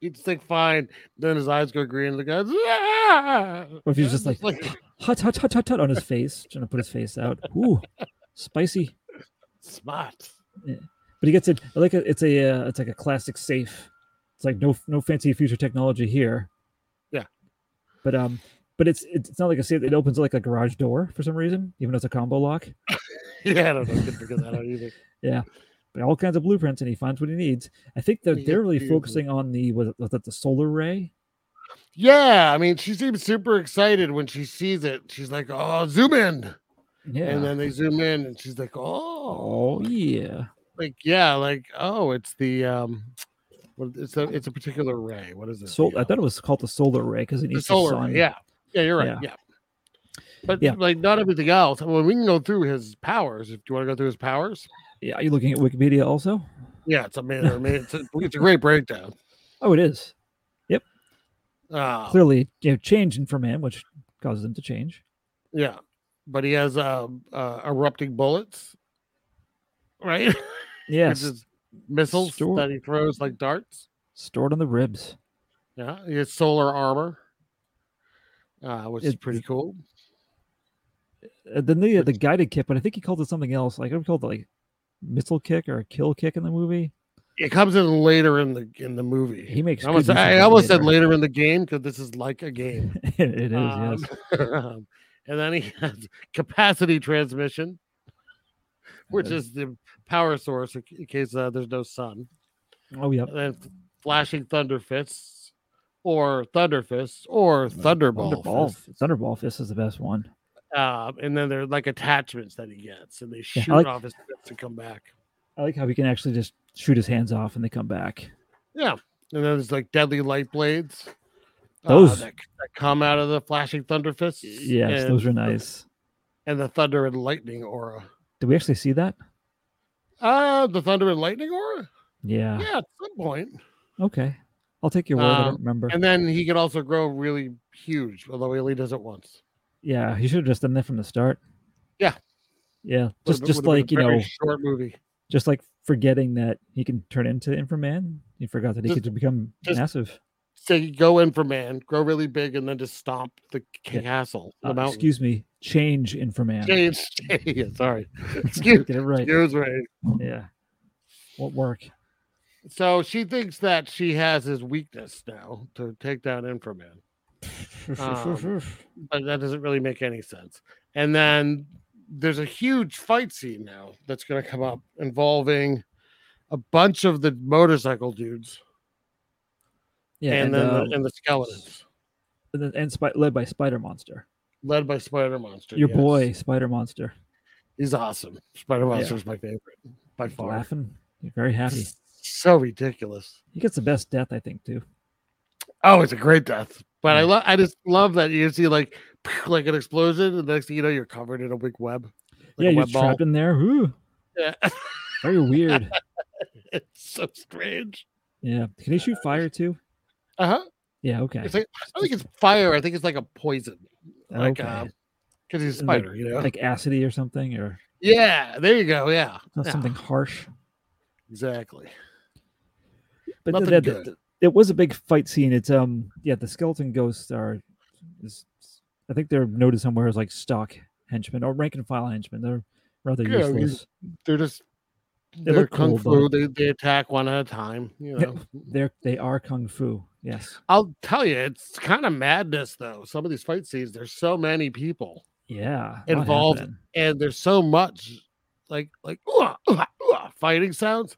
I: He's like, fine. Then his eyes go green. The guy's ah!
H: Or if he's just like, hot, hot, hot, hot, hot on his face, trying to put his face out. Ooh, spicy.
I: smart.
H: But he gets it I like a, it's a uh, it's like a classic safe. It's like no no fancy future technology here.
I: Yeah.
H: But um, but it's it's not like a safe. It opens like a garage door for some reason, even though it's a combo lock.
I: Yeah, I don't know. I couldn't figure that out either.
H: But all kinds of blueprints, and he finds what he needs. I think
I: Yeah,
H: that they're really
I: yeah.
H: focusing on the was it, was it the solar ray?
I: Yeah, I mean, she seems super excited when she sees it. She's like, "Oh, zoom in,"
H: Yeah.
I: and then they zoom in, and she's like, "Oh,
H: oh yeah.
I: like yeah, like oh, it's the um, what, it's a it's a particular ray. What is it?
H: So
I: The,
H: I
I: uh,
H: thought it was called the solar ray because it
I: the
H: needs
I: solar
H: sun.
I: ray. Yeah, yeah, you're right. Yeah,
H: Yeah.
I: but
H: Yeah.
I: like not everything else. Well, we can go through his powers. If you want to go through his powers,
H: Yeah. Are you looking at Wikipedia also?
I: yeah, it's amazing. I mean, it's a, it's a great breakdown.
H: Oh, it is.
I: Uh,
H: clearly you know, change in from him, which causes him to change.
I: Yeah, but he has uh, uh erupting bullets, right?
H: Yes,
I: which is missiles
H: Sure.
I: that he throws like darts.
H: stored on the ribs.
I: Yeah, he has solar armor, uh, which is
H: It-
I: pretty cool.
H: Uh, then the the guided kick, but I think he called it something else. Like I would call it like missile kick or a kill kick in the movie.
I: It comes in later in the in the movie.
H: He makes.
I: I almost,
H: good use of
I: I
H: that
I: almost said later in the game because this is like a game.
H: it is.
I: Um,
H: yes.
I: um, and then he has capacity transmission, which
H: Uh,
I: is the power source in c- in case uh, there's no sun.
H: Oh yeah.
I: and then flashing thunder fists or thunder fists or thunderball,
H: Thunderball.
I: fists.
H: Thunderball fist is the best one.
I: Um, and then they're like attachments that he gets and they
H: Yeah, I
I: shoot
H: like-
I: off his fists and come back
H: I like how he can actually just shoot his hands off and they come back.
I: yeah and then there's like deadly light blades uh,
H: Those-
I: that, that come out of the flashing thunder fists
H: Yes,
I: and,
H: those are nice.
I: and the thunder and lightning aura
H: Did we actually see that?
I: uh the thunder and lightning aura
H: Yeah.
I: yeah at some point
H: Okay. I'll take your word. I
I: Um,
H: don't remember.
I: and then he can also grow really huge although he only does it once
H: Yeah, he should have just done that from the start.
I: Yeah.
H: Yeah.
I: Would've
H: Just
I: been-
H: just
I: would've been a
H: like, you
I: very
H: know,
I: short movie
H: just like forgetting that he can turn into Inframan. He forgot that he
I: Just-
H: could become
I: just-
H: massive.
I: they go inframan, grow really big, and then just stomp the
H: Yeah.
I: castle, the
H: Uh,
I: mountain.
H: excuse me, change Inframan.
I: James, yeah, sorry. Excuse,
H: Get it right.
I: excuse me.
H: Yeah, won't work.
I: So she thinks that she has his weakness now to take down Inframan, Um, but that doesn't really make any sense. And then there's a huge fight scene now that's going to come up involving a bunch of the motorcycle dudes
H: yeah, and,
I: and, then
H: uh,
I: the, and the skeletons
H: and, then- and spi- led by Spider Monster,
I: led by Spider Monster.
H: your
I: yes.
H: boy Spider Monster.
I: He's awesome. Spider Monster is my favorite by
H: He's
I: far.
H: Laughing, You're very happy.
I: So ridiculous.
H: He gets the best death, I think, too.
I: Oh, it's a great death. But I
H: Yeah.
I: love I just love that you see like like an explosion, and the next thing you know, you're covered in a big web. Like
H: yeah,
I: a
H: you're
I: web ball.
H: trapped in there. Whew,
I: Yeah.
H: very weird.
I: it's so strange.
H: yeah, can he shoot fire too?
I: Uh-huh.
H: Yeah, okay.
I: It's like I don't think it's fire. I think it's like a poison. Like
H: Okay.
I: uh because he's a
H: And, like-
I: spider, you know.
H: like acidy or something, or
I: yeah, there you go. Yeah.
H: not
I: Yeah,
H: something harsh.
I: exactly.
H: But
I: Nothing
H: that,
I: good.
H: that- it was a big fight scene. It's um yeah, the skeleton ghosts are, is, I think they're noted somewhere as like stock henchmen or rank and file henchmen. They're rather
I: Yeah, you-
H: useless.
I: They're just they are
H: look
I: kung
H: cool,
I: fu. They, they attack one at a time. You
H: Yeah.
I: know,
H: They're they are kung fu. Yes.
I: I'll tell you, it's kind of madness though. Some of these fight scenes, there's so many people.
H: Yeah. lot
I: Involved.
H: happening.
I: and there's so much like like "Ooh-ah, ooh-ah, ooh-ah," fighting sounds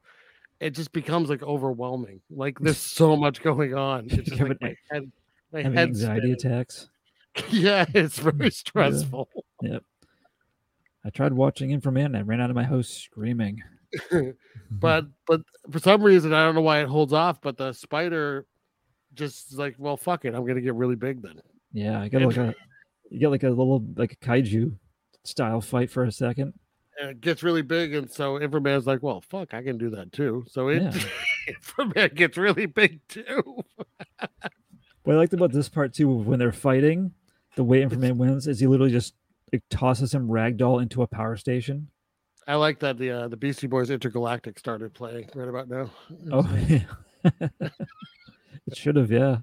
I: it just becomes like overwhelming like there's so much going on it's just
H: Having
I: like my
H: a-
I: head my
H: Having
I: head
H: anxiety attacks.
I: yeah it's
H: Mm,
I: very stressful
H: I tried watching Inframan and I ran out of my house screaming.
I: but but for some reason i don't know why it holds off but the spider just is like well fuck it i'm gonna get really big then
H: Yeah, I got like a you get like a little like a kaiju style fight for a second.
I: and it gets really big and so Inframan's like well fuck i can do that too so it
H: Yeah.
I: Inframan gets really big too
H: What I liked about this part too, when they're fighting, the way Inframan wins is he literally just like, tosses him ragdoll into a power station.
I: I like that the uh, the Beastie Boys Intergalactic started playing right about now.
H: Oh,
I: Mm-hmm.
H: yeah. it should have, yeah.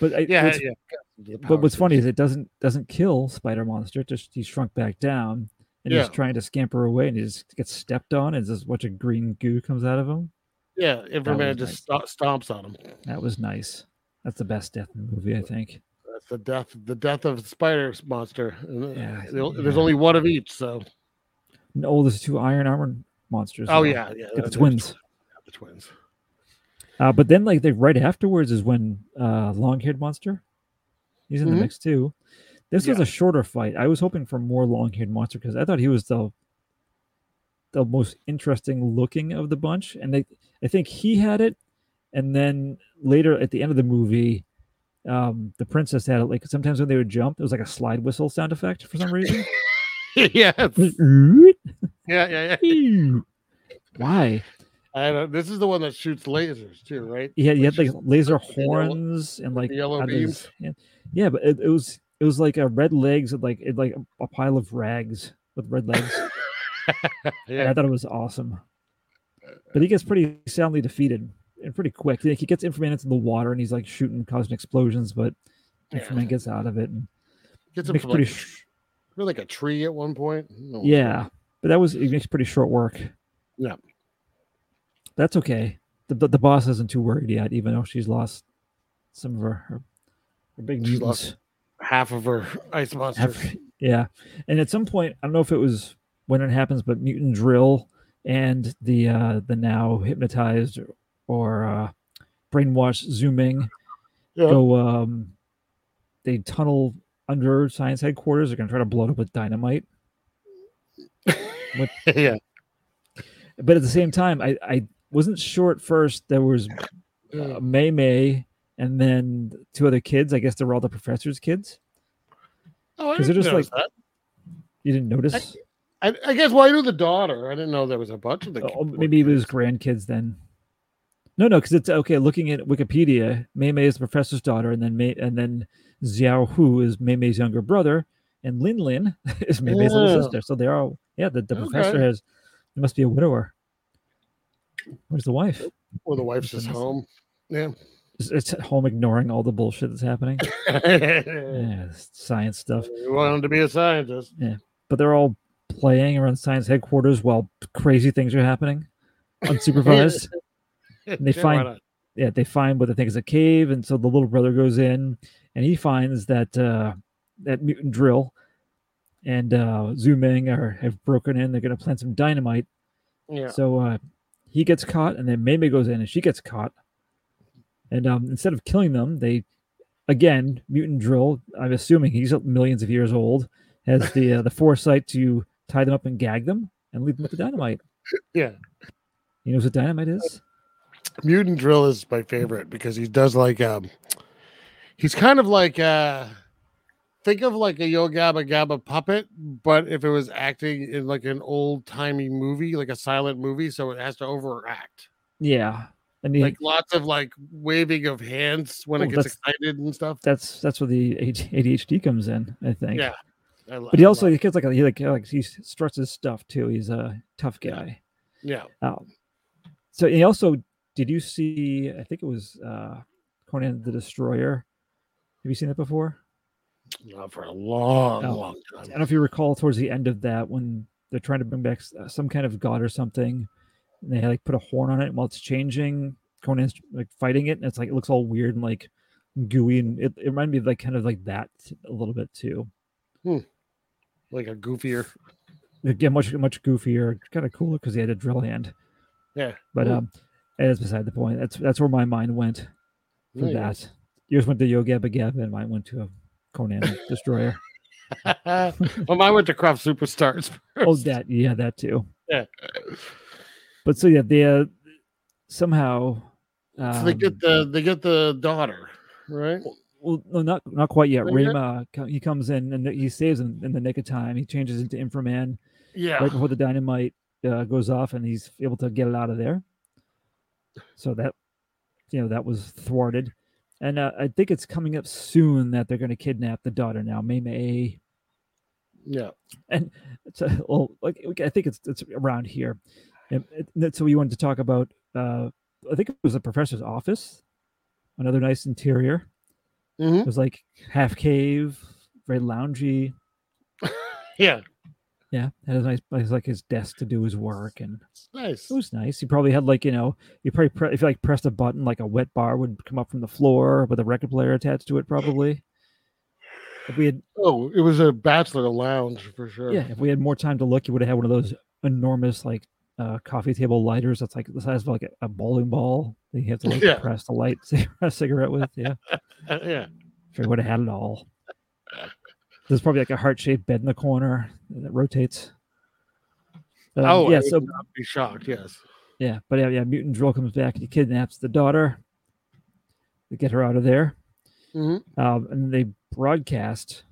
H: But I,
I: yeah,
H: what's-
I: yeah. The power
H: But what's funny
I: station.
H: is it doesn't doesn't kill Spider Monster. it Just he's shrunk back down and
I: Yeah.
H: he's trying to scamper away, and he just gets stepped on, and just a bunch of green goo comes out of him.
I: yeah, Inframan
H: was
I: just sto- stomps on him.
H: That was nice. That's the best death in the movie, I think.
I: That's the death, the death of the spider monster. And, uh,
H: Yeah,
I: the o- There's
H: yeah.
I: only one of each, so
H: No, there's two Iron Armor monsters.
I: oh
H: though.
I: yeah, yeah,
H: Get
I: that-
H: the
I: there's
H: twins.
I: the twins.
H: Uh, but then, like, they, right afterwards is when uh, Long Haired Monster, he's in
I: Mhm.
H: the mix too. This was
I: Yeah.
H: a shorter fight. I was hoping for more Long Haired Monster because I thought he was the the most interesting looking of the bunch, and they, I think he had it. And then later at the end of the movie, um, the princess had it. Like sometimes when they would jump, it was like a slide whistle sound effect for some reason.
I: yeah, it's-
H: yeah,
I: yeah, yeah, yeah.
H: Why?
I: I don't, this is the one that shoots lasers too, right?
H: Yeah, he had like
I: Which is
H: laser
I: the yellow-
H: horns and like
I: yellow
H: on
I: beams.
H: his hand. Yeah, but it, it was it was like a red legs and like it like a- a pile of rags with red legs. and
I: Yeah, Uh,
H: I thought it was awesome. But he gets pretty soundly defeated and pretty quick. Like he gets Inframan into the water and he's like shooting, causing explosions, but
I: Yeah.
H: Inframan gets out of it. And
I: gets him
H: makes
I: from
H: pretty
I: like,
H: sh-
I: through, like a tree at one point. No,
H: yeah, but that was it makes pretty short work.
I: Yeah.
H: that's okay. The, the the boss isn't too worried yet, even though she's lost some of her her, her big
I: She's lost
H: mutants.
I: half of her ice monster.
H: Every- yeah. And at some point, I don't know if it was when it happens, but Mutant Drill and the uh the now hypnotized or uh brainwashed zooming
I: Yeah.
H: go um they tunnel under science headquarters, they're gonna try to blow it up with dynamite.
I: yeah,
H: But at the same time, I, I wasn't sure at first there was
I: Um,
H: uh, May May and then two other kids. I guess they were all the professor's kids.
I: Oh, I
H: 'Cause they're
I: didn't
H: just,
I: notice
H: like,
I: that.
H: You didn't notice?
I: I, I guess. Well, I knew the daughter. I didn't know there was a bunch of the.
H: Oh,
I: ki-
H: maybe it was grandkids then. No, no, because it's okay. Looking at Wikipedia, Mei Mei is the professor's daughter, and then Mei, and then Xiao Hu is Mei Mei's younger brother, and Lin Lin is Mei Mei's
I: Yeah.
H: little sister. So they are all yeah. The, the professor
I: Okay.
H: has he must be a widower. Where's the wife?
I: Or the wife's just
H: Listen,
I: home. Yeah,
H: It's- It's at home ignoring all the bullshit that's happening.
I: you
H: yeah, it's science stuff.
I: want him to be a scientist.
H: But they're all playing around science headquarters while crazy things are happening, unsupervised. they
I: Yeah, why
H: find-
I: not?
H: yeah, they find what they think is a cave, and so the little brother goes in and he finds that uh, that mutant drill and uh, Zhu Ming are have broken in. They're going to plant some dynamite.
I: Yeah.
H: So uh, he gets caught, and then Maymay goes in and she gets caught. And um, instead of killing them, they again mutant drill. I'm assuming he's millions of years old. Has the uh, the foresight to tie them up and gag them and leave them with the dynamite.
I: Yeah.
H: he knows what dynamite is.
I: Mutant Drill is my favorite because he does like um he's kind of like uh think of like a Yo Gabba Gabba puppet, but if it was acting in like an old timey movie, like a silent movie, so it has to overact.
H: Yeah, and he,
I: Like lots of like waving of hands when
H: Oh,
I: it gets
H: that's-
I: excited and stuff.
H: that's that's where the ADHD comes in, I think.
I: Yeah, I lo-
H: But he
I: I
H: also
I: love-
H: the kid's like a- he like, he like he struts his stuff too. He's a tough guy.
I: yeah.
H: Um, so he also did you see? I think it was uh, Conan the Destroyer. Have you seen that before?
I: Not for a long,
H: Oh.
I: long
H: I
I: time.
H: don't know if you recall towards the end of that when they're trying to bring back s- uh, some kind of god or something, and they like put a horn on it, and while it's changing, Conan's like fighting it, and it's like it looks all weird and like gooey, and it, it reminded me of like kind of like that a little bit too.
I: Like a goofier.
H: again much much goofier kind of cooler because he had a drill hand
I: Yeah.
H: but
I: Ooh,
H: um it's beside the point that's that's where my mind went for
I: there you go.
H: that yours went to yo gabba gabba and mine went to a conan the destroyer
I: well, mine went to Craft Superstars.
H: oh that yeah that too
I: Yeah.
H: but so yeah they uh, somehow
I: So they
H: um,
I: get the they get the daughter, right?
H: well no, not not quite yet
I: Not yet?
H: Rima co- he comes in and he saves him in the nick of time he changes into inframan
I: Yeah.
H: right before the dynamite uh, goes off and he's able to get it out of there. So that, you know, that was thwarted. And uh, I think it's coming up soon that they're going to kidnap the daughter now, May May.
I: yeah.
H: It's a, well, like I think it's it's around here. And it- that's what we wanted to talk about. Uh, I think it was the professor's office. Another nice interior.
I: Mhm.
H: It was like half cave, very loungy.
I: Yeah.
H: Yeah, had a nice, nice like his desk to do his work and
I: It's nice.
H: It was nice. You probably had like you know, you probably pre- if you like pressed a button, like a wet bar would come up from the floor with a record player attached to it, probably. If we had
I: Oh, it was a bachelor lounge for sure.
H: yeah, if we had more time to look, you would have had one of those enormous like uh, coffee table lighters that's like the size of like a, a bowling ball that you have to like
I: Yeah.
H: press the light a cigarette with. Yeah,
I: Uh, yeah.
H: sure, would have had it all. There's probably like a heart shaped bed in the corner that rotates. Um,
I: oh,
H: yeah.
I: I
H: So
I: would not be shocked. Yes.
H: Yeah, but yeah, yeah, mutant drill comes back. He kidnaps the daughter to get her out of there,
I: Mhm.
H: um, and they broadcast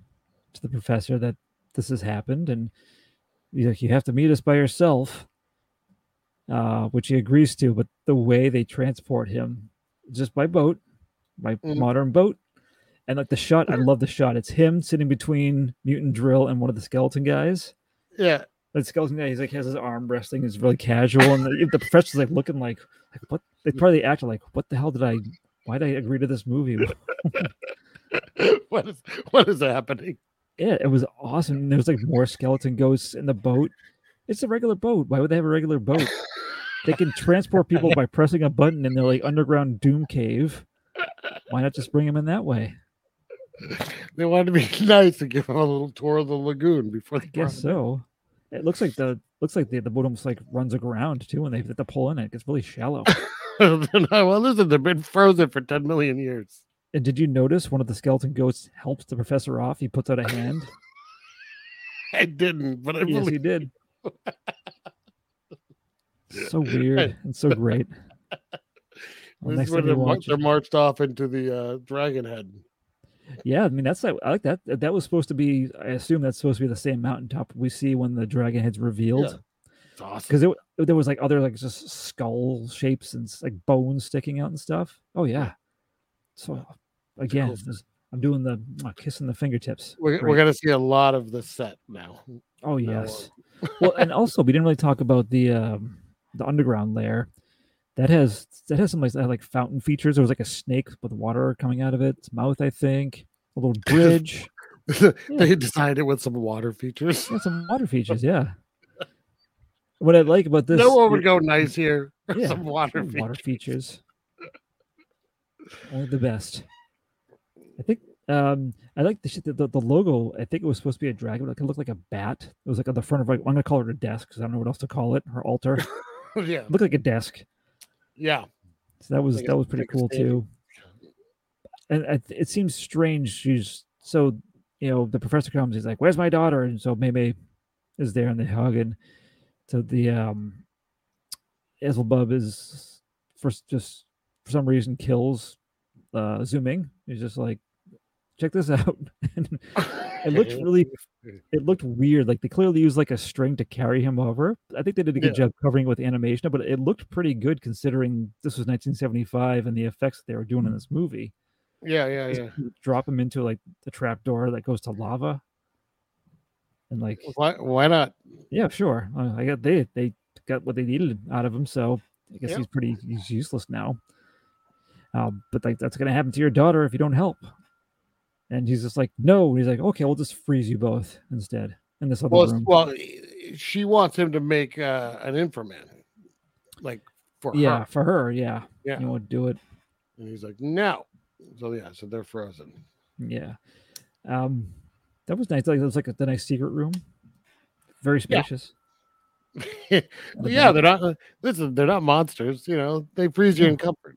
H: to the professor that this has happened, and he's like, "You have to meet us by yourself," uh, which he agrees to. But the way they transport him, just by boat, by
I: Mhm.
H: modern boat, and like the shot, I love the shot. It's him sitting between mutant drill and one of the skeleton guys
I: Yeah.
H: that skeleton guy, he's like has his arm resting. He's really casual, and the, the professor's like looking like, like what? They probably act like, what the hell did I? Why did I agree to this movie?
I: what is what is happening?
H: Yeah, it was awesome. And There's like more skeleton ghosts in the boat. It's a regular boat. Why would they have a regular boat? They can transport people by pressing a button in their like underground doom cave. Why not just bring them in that way?
I: They wanted to be nice and give him a little tour of the lagoon before they
H: I guess
I: brought him
H: so. It looks like the looks like the, the boat almost like runs aground too when they have to pull in it. It gets really shallow.
I: in. well, listen, they've been frozen for ten million years.
H: And did you notice one of the skeleton ghosts helps the professor off? He puts out a hand.
I: I didn't, but I
H: yes, he
I: really
H: did. so weird and so great. Well, next
I: this is when
H: time you
I: they're, mar-
H: watch
I: they're
H: it-
I: marched off into the uh, dragon head.
H: yeah, I mean that's like- I like that. That was supposed to be. I assume that's supposed to be the same mountaintop we see when the dragon head's revealed,
I: It's awesome.
H: because there was like other like just skull shapes and s- like bones sticking out and stuff. Oh yeah. So again,
I: cool.
H: this- I'm doing the mwah, kissing the fingertips.
I: We're,
H: Great.
I: we're gonna see a lot of the set now.
H: Oh
I: No, uh,
H: yes. well, and also we didn't really talk about the um, the underground lair. That has that has some like, that had, like fountain features. There was like a snake with water coming out of its mouth, I think. A little bridge.
I: they designed it with some water features.
H: Yeah, some water features, yeah. What I like about this
I: no one would go nice here.
H: Yeah,
I: some water
H: some
I: features.
H: water features. Only the best. I think um I like the shit that the, the logo. I think it was supposed to be a dragon, but it looked like a bat. It was like on the front of like I'm gonna call it a desk because I don't know what else to call it. Her altar it
I: yeah,
H: looked like a desk.
I: yeah.
H: So that was
I: Like a-
H: that was pretty
I: like a
H: cool
I: stadium.
H: too. And I, it seems strange. She's so you know the professor comes. He's like, "Where's my daughter?" And so Maymay is there, and they hug. And so the um, Ethelbub is first just for some reason kills uh, Zooming. He's just like, "Check this out." and it looked really, it looked weird. Like they clearly used like a string to carry him over. I think they did a good job covering it with animation, but it looked pretty good considering this was 1975 and the effects that they were doing in this movie.
I: yeah, yeah, yeah.
H: Drop him into like the trap door that goes to lava, and like,
I: Why, why not?
H: yeah, sure. Uh, I I got they they got what they needed out of him, so I guess
I: Yeah.
H: he's pretty he's useless now. Um, but like that's gonna happen to your daughter if you don't help. And he's just like, no. And he's like, okay, we'll just freeze you both instead in this other
I: Well,
H: room.
I: it's- well, she wants him to make uh, an inframan, like for
H: yeah,
I: her.
H: for her, yeah.
I: Yeah.
H: You won't do it.
I: And he's like, no. So yeah, so they're frozen.
H: Yeah. Um, that was nice. Like, it was like a, the nice secret room. Very
I: Yeah.
H: spacious.
I: But yeah, they're not. uh, Listen, they're not monsters. You know, they freeze you in comfort.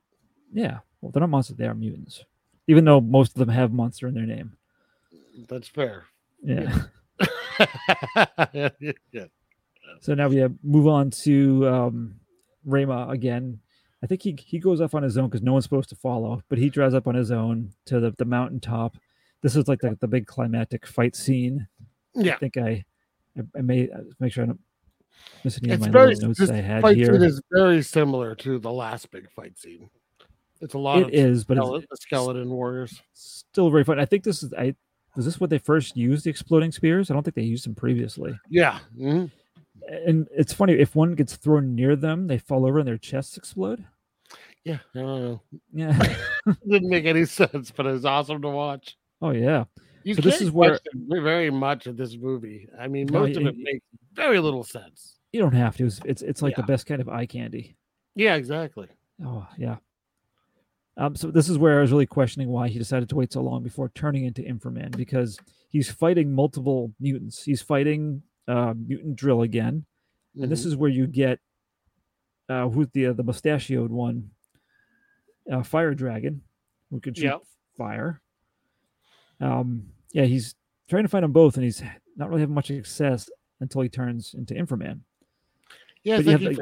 H: Yeah. Well, they're not monsters. They are mutants. Even though most of them have monster in their name.
I: That's fair.
H: Yeah.
I: yeah.
H: So now we have move on to um, Rama again. I think he he goes off on his own because no one's supposed to follow, but he drives up on his own to the, the mountaintop. This is like the, the big climactic fight scene. I
I: yeah.
H: think I I, I may uh, make sure I don't miss any of
I: It's
H: my
I: very
H: little notes
I: this
H: I had
I: fight
H: here.
I: scene is very similar to the last big fight scene. It's a lot
H: It
I: of
H: is, but it's,
I: skele- the skeleton warriors.
H: still very fun. I think this is I was this what they first used the exploding spears? I don't think they used them previously.
I: Yeah.
H: mm-hmm.
I: mhm.
H: And it's funny if one gets thrown near them, they fall over and their chests explode.
I: Yeah. I don't know.
H: Yeah.
I: Didn't make any sense, but it was awesome to watch.
H: Oh yeah.
I: You
H: So
I: can't
H: this is where-
I: question very much of this movie. I mean,
H: No,
I: most of
H: y-
I: it makes very little sense.
H: You don't have to. It's it's, it's like
I: Yeah.
H: the best kind of eye candy.
I: Yeah, exactly.
H: Oh yeah. Um, so this is where I was really questioning why he decided to wait so long before turning into Inframan because he's fighting multiple mutants. He's fighting uh, mutant drill again, and this is where you get uh who's the uh, the mustachioed one uh fire dragon who can shoot
I: Yep.
H: fire um yeah he's trying to find them both and he's not really having much success until he turns into inframan
I: Mm-hmm. yeah,
H: but you
I: it's like
H: have,
I: he
H: like-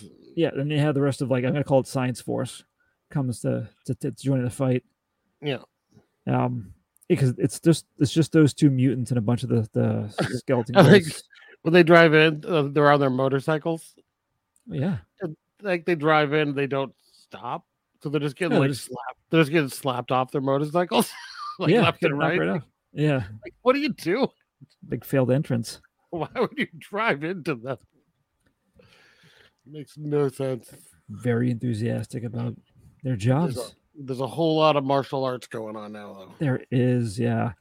I: forgets.
H: yeah then they have the rest of like i'm gonna call it science force comes to to, to join the fight
I: Yeah.
H: um because it's just it's just those two mutants and a bunch of the the skeleton
I: I like-
H: guys.
I: When they drive in, uh, they're on their motorcycles.
H: yeah
I: Like they drive in, they don't stop, so they're just getting
H: Yeah, they're
I: like
H: just-
I: slapped. They're just getting slapped off their motorcycles, like
H: yeah
I: left
H: get
I: and
H: knocked
I: right.
H: off. yeah
I: Like, what do you do?
H: big failed entrance
I: Why would you drive into them? Makes no sense.
H: very enthusiastic about their jobs
I: There's a whole lot of martial arts going on now, though.
H: There is, yeah.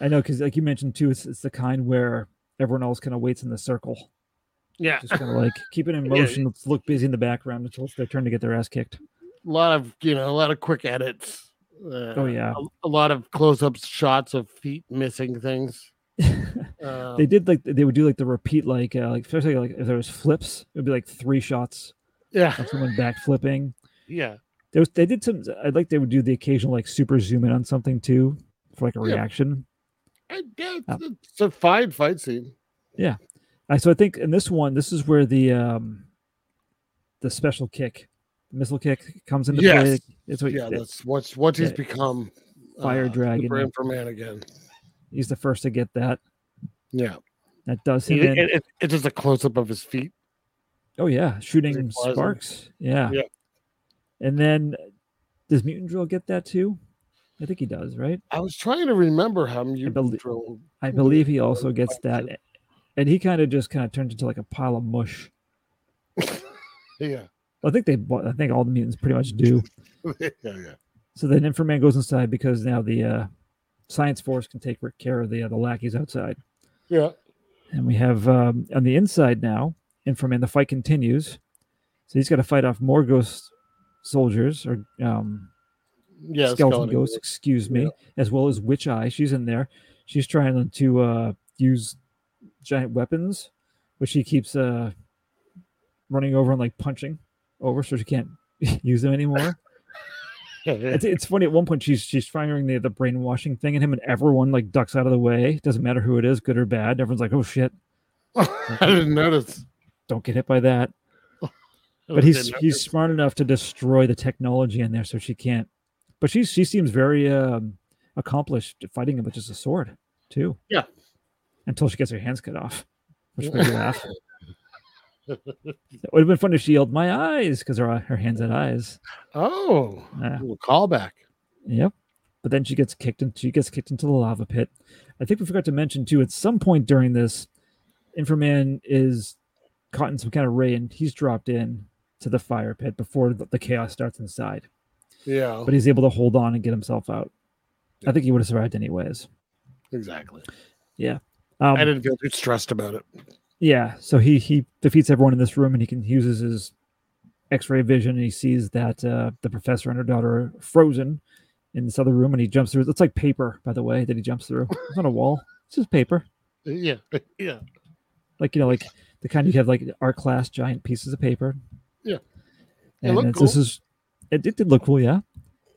H: I know because, like you mentioned too, it's it's the kind where everyone else kind of waits in the circle,
I: Yeah,
H: just kind of like keep it in
I: Yeah.
H: motion, let's look busy in the background until it's their turn to get their ass kicked.
I: a lot of you know a lot of quick edits uh,
H: Oh, yeah.
I: a, a lot of close-up shots of feet missing things um,
H: they did like they would do like the repeat, like uh, like especially like if there was flips, it would be like three shots
I: yeah
H: of someone back flipping.
I: yeah
H: There was they did some. I like they would do the occasional like super zoom in on something too for like a
I: Yeah.
H: reaction.
I: I, yeah, it's,
H: Uh,
I: it's a fine fight scene
H: I so I think in this one, this is where the um the special kick, the missile kick comes into play.
I: Yes.
H: It's what,
I: yeah that's once once he's
H: yeah.
I: become uh,
H: Fire dragon.
I: Super Inframan again
H: he's the first to get that.
I: yeah
H: That does
I: it,
H: him in.
I: it- it- it's just a close-up of his feet
H: oh yeah, shooting
I: flies in.
H: sparks. Yeah.
I: Yeah.
H: And then does mutant drill get that too? I think he does, right?
I: I was trying to remember how you
H: belie-
I: drove
H: I
I: Yeah,
H: believe he also gets
I: fights
H: that. And he kind of just kind of turns into like a pile of mush.
I: yeah
H: I think they. bought- I think all the mutants pretty much do.
I: yeah, yeah.
H: So then Inframan goes inside because now the uh, science force can take care of the uh, the lackeys outside.
I: Yeah.
H: And we have um, on the inside now, Inframan, the fight continues. So he's got to fight off more ghost soldiers or um,
I: Yeah.
H: skeleton
I: skeleton.
H: ghosts, excuse me,
I: Yeah.
H: as well as Witch Eye. She's in there. She's trying to uh, use giant weapons, which she keeps uh, running over and like punching over so she can't use them anymore.
I: Yeah, yeah.
H: It's, it's funny. At one point, she's she's firing the, the brainwashing thing at him, and everyone like ducks out of the way. Doesn't matter who it is, good or bad. Everyone's like, "Oh shit,
I: I didn't notice.
H: don't get hit by that." But
I: I
H: he's
I: didn't
H: he's
I: notice.
H: smart enough to destroy the technology in there, so she can't. But she she seems very um, accomplished at fighting him with just a sword too.
I: Yeah.
H: Until she gets her hands cut off, which made me laugh. It would have been fun if she yelled "my eyes" because her her hands had eyes. Ah.
I: Oh,
H: Yeah.
I: little callback.
H: Yep. But then she gets kicked and she gets kicked into the lava pit. I think we forgot to mention too, at some point during this, Inframan is caught in some kind of ray and he's dropped in to the fire pit before the the chaos starts inside.
I: Yeah,
H: But he's able to hold on and get himself out. I think he would have survived anyways.
I: exactly.
H: Um,
I: I didn't feel too stressed about it.
H: Yeah, so he he defeats everyone in this room, and he can he uses his X-ray vision, and he sees that uh, the professor and her daughter are frozen in this other room, and he jumps through. It's like paper, by the way, that he jumps through. It's not a wall; it's just paper,
I: Yeah, yeah,
H: like you know, like the kind you have like art class, giant pieces of paper.
I: Yeah. It
H: and
I: looked
H: it's- this is it, it. did look cool, yeah.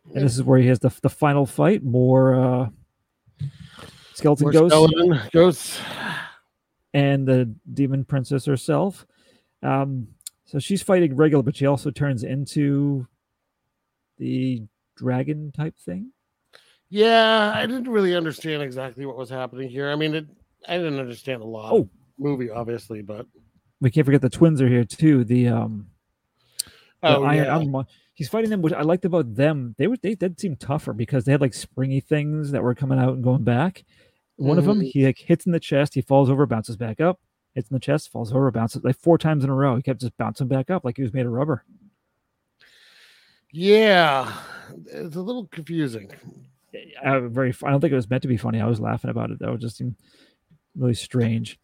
H: And
I: Yeah.
H: this is where he has the the final fight. More uh skeleton
I: More
H: ghosts.
I: skeleton ghosts.
H: and the demon princess herself. Um, so she's fighting regular, but she also turns into the dragon type thing.
I: Yeah, I didn't really understand exactly what was happening here. I mean, it, I didn't understand a lot. of
H: Oh.
I: movie obviously, but
H: We can't forget the twins are here too. The um, the
I: oh
H: Iron
I: yeah,
H: Armor Mon- He's fighting them, which I liked about them. They were they did seem tougher because they had like springy things that were coming out and going back. One of them,
I: Mhm.
H: he like hits in the chest, he falls over, bounces back up, hits in the chest, falls over, bounces like four times in a row. He kept just bouncing back up like he was made of rubber.
I: yeah. It's a little confusing.
H: I very. fu- I don't think it was meant to be funny. I was laughing about it though. It just seemed really strange.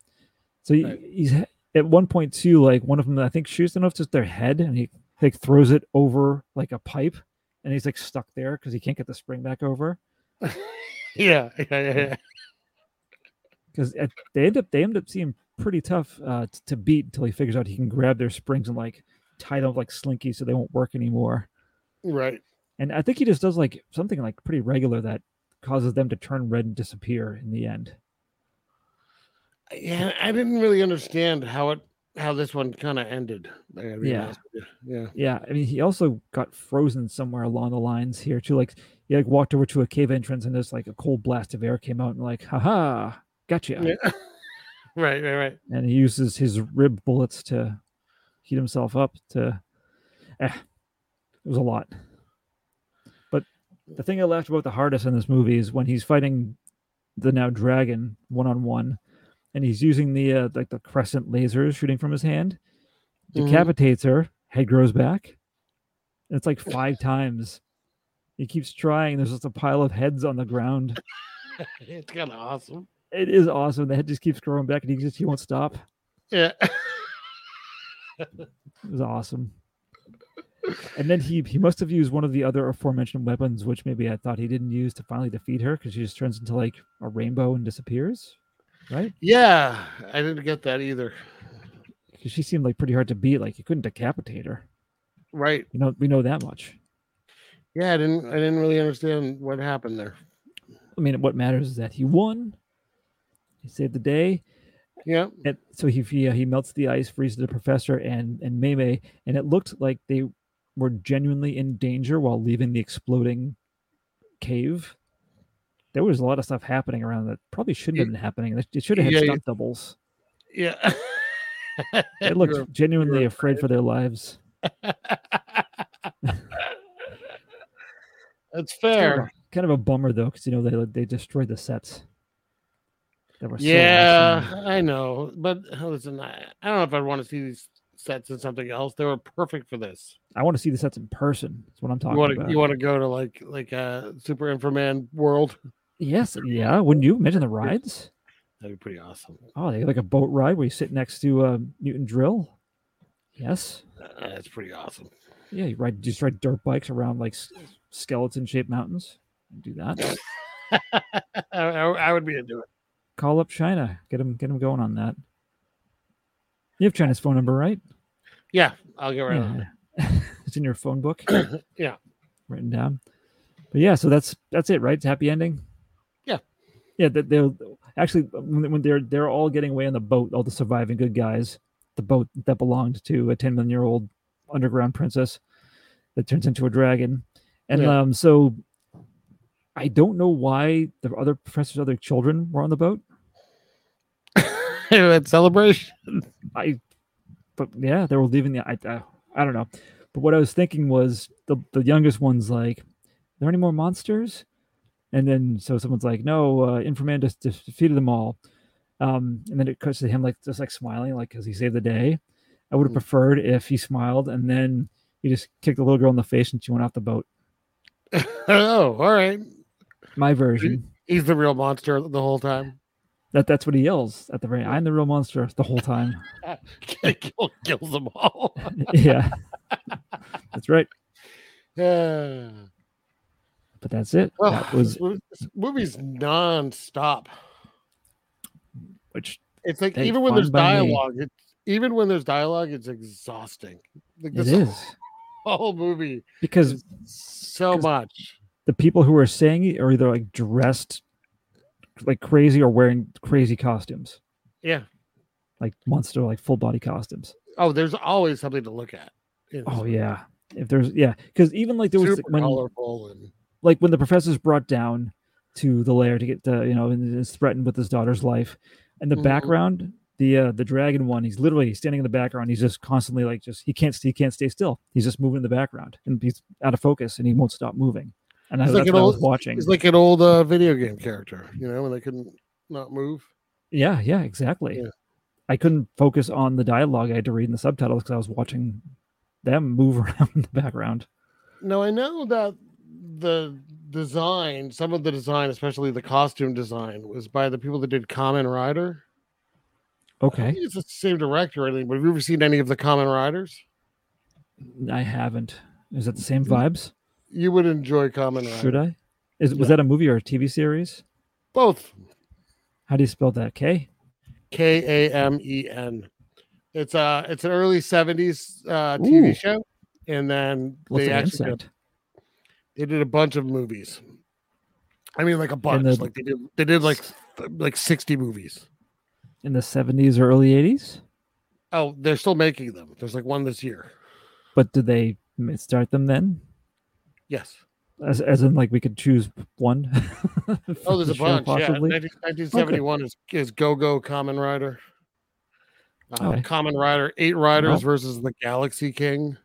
H: So he,
I: Right.
H: he's ha- at one point too. Like one of them, I think shoots enough just their head, and he like throws it over like a pipe, and he's like stuck there because he can't get the spring back over.
I: Yeah, yeah, yeah, yeah.
H: Because they end up they end up seeing pretty tough uh, t- to beat until he figures out he can grab their springs and like tie them up like slinky so they won't work anymore.
I: right.
H: And I think he just does like something like pretty regular that causes them to turn red and disappear in the end.
I: Yeah, I didn't really understand how it how this one kind of ended. I gotta be
H: Yeah.
I: honest with you. yeah.
H: Yeah, I mean, he also got frozen somewhere along the lines here too. Like he like walked over to a cave entrance, and there's like a cold blast of air came out, and like, haha, gotcha.
I: Yeah. right, right, right.
H: And he uses his rib bullets to heat himself up. To, eh, it was a lot. But the thing I laughed about the hardest in this movie is when he's fighting the now dragon one on one, and he's using the uh, like the crescent lasers shooting from his hand
I: Mhm.
H: decapitates her, head grows back. And it's like five times. He keeps trying. There's just a pile of heads on the ground.
I: It's kind of awesome.
H: It is awesome. The head just keeps growing back and he just he won't stop.
I: Yeah.
H: It was awesome. And then he he must have used one of the other aforementioned weapons, which maybe I thought he didn't use to finally defeat her because she just turns into like a rainbow and disappears. Right?
I: Yeah, I didn't get that either.
H: Because she seemed like pretty hard to beat. Like you couldn't decapitate her.
I: Right.
H: You know, we know that much.
I: Yeah, I didn't I didn't really understand what happened there.
H: I mean, what matters is that he won. He saved the day.
I: Yeah.
H: And so he he, uh, he melts the ice, freezes the professor and and Maymay, and it looked like they were genuinely in danger while leaving the exploding cave. There was a lot of stuff happening around that probably shouldn't have been happening. It should have had
I: Yeah, yeah.
H: stunt doubles.
I: Yeah.
H: They
I: You
H: looked
I: were-
H: genuinely afraid for their lives.
I: That's
H: It's Kind of,
I: fair.
H: a, kind of a bummer though, because you know they like, they destroyed the sets. That were so awesome.
I: Yeah, I know. But uh, listen, I, I don't know if I'd want to see these sets and something else. They were perfect for this.
H: I want to see the sets in person. That's what I'm talking
I: You want to
H: about.
I: you want to go to like like uh Super Inframan world?
H: yes, yeah. Wouldn't you imagine the rides?
I: That'd be pretty awesome.
H: Oh, they got like a boat ride where you sit next to uh, Newton Drill. Yes.
I: Uh, That's pretty awesome.
H: Yeah, you ride just ride dirt bikes around like skeleton shaped mountains. Do that.
I: I, I- I would be into it.
H: Call up China. Get him get him going on that. You have China's phone number, right?
I: Yeah, I'll get right on it.
H: Yeah. it's in your phone book.
I: Yeah.
H: Written down. But yeah, so that's that's it, right? It's a happy ending.
I: Yeah.
H: Yeah, that they'll actually when when they're they're all getting away on the boat, all the surviving good guys, the boat that belonged to a 10 million year old underground princess that turns into a dragon. And
I: Yeah.
H: um so I don't know why the other professor's other children were on the boat.
I: At celebration.
H: I, but yeah, they were leaving the. I, I, I don't know. But what I was thinking was the the youngest one's like, "Are there any more monsters?" And then so someone's like, "No, uh, Inframan just def- defeated them all." Um, and then it cuts to him like just like smiling, like because he saved the day. I would have
I: Mm.
H: preferred if he smiled and then he just kicked the little girl in the face and she went off the boat.
I: oh, all right.
H: My version.
I: He's the real monster the whole time.
H: That that's what he yells at the very. I'm the real monster the whole time.
I: Kill, kills them all.
H: yeah, that's right.
I: Yeah.
H: But that's it. that
I: Oh,
H: was
I: this mo- this movie's non-stop.
H: which
I: It's like
H: Hey,
I: even when there's
H: fun by me.
I: dialogue, it's even when there's dialogue, it's exhausting. Like
H: It
I: this
H: is
I: whole movie
H: because
I: is so
H: 'cause-
I: much.
H: the people who are saying it are either like dressed like crazy or wearing crazy costumes,
I: Yeah.
H: like monster, like full body costumes.
I: Oh, there's always something to look at. in this
H: Oh
I: movie.
H: yeah, if there's yeah, because even like there was
I: super
H: when
I: colorful and
H: like when the professor's brought down to the lair to get uh, you know and is threatened with his daughter's life, in the
I: Mhm.
H: background the uh, the dragon one he's literally standing in the background he's just constantly like just he can't he can't stay still he's just moving in the background and he's out of focus and he won't stop moving and I,
I: He's
H: that's
I: like
H: what
I: an
H: I
I: old-
H: was watching
I: he's like an old uh, video game character, you know, when they couldn't not move.
H: Yeah, yeah, exactly.
I: Yeah.
H: I couldn't focus on the dialogue I had to read in the subtitles because I was watching them move around in the background.
I: Now I know that the design, some of the design, especially the costume design, was by the people that did Common Rider. I
H: Okay.
I: think it's the same director or anything, but have you ever seen any of the Common Riders?
H: I haven't. Is that the same
I: Mm-hmm.
H: vibes?
I: You would enjoy Common Rider.
H: Should I? Is was that a movie or a TV series?
I: Both
H: How do you spell that? K?
I: K A M E N. It's uh it's an early seventies uh TV
H: Ooh.
I: show, and then
H: What's
I: they
H: an
I: actually did,
H: insect?
I: they did a bunch of movies. I mean, like a bunch.
H: the-
I: like they did they did like th- like sixty movies.
H: In the seventies or early eighties?
I: Oh, they're still making them. There's like one this year.
H: But did they m- start them then?
I: Yes.
H: As, as in like we could choose one.
I: Oh,
H: for
I: there's
H: the
I: a
H: show,
I: bunch.
H: possibly?
I: Yeah, 19- 1971 is is Go Go Common Rider. Uh,
H: Okay.
I: Common Rider, eight riders versus the Galaxy King.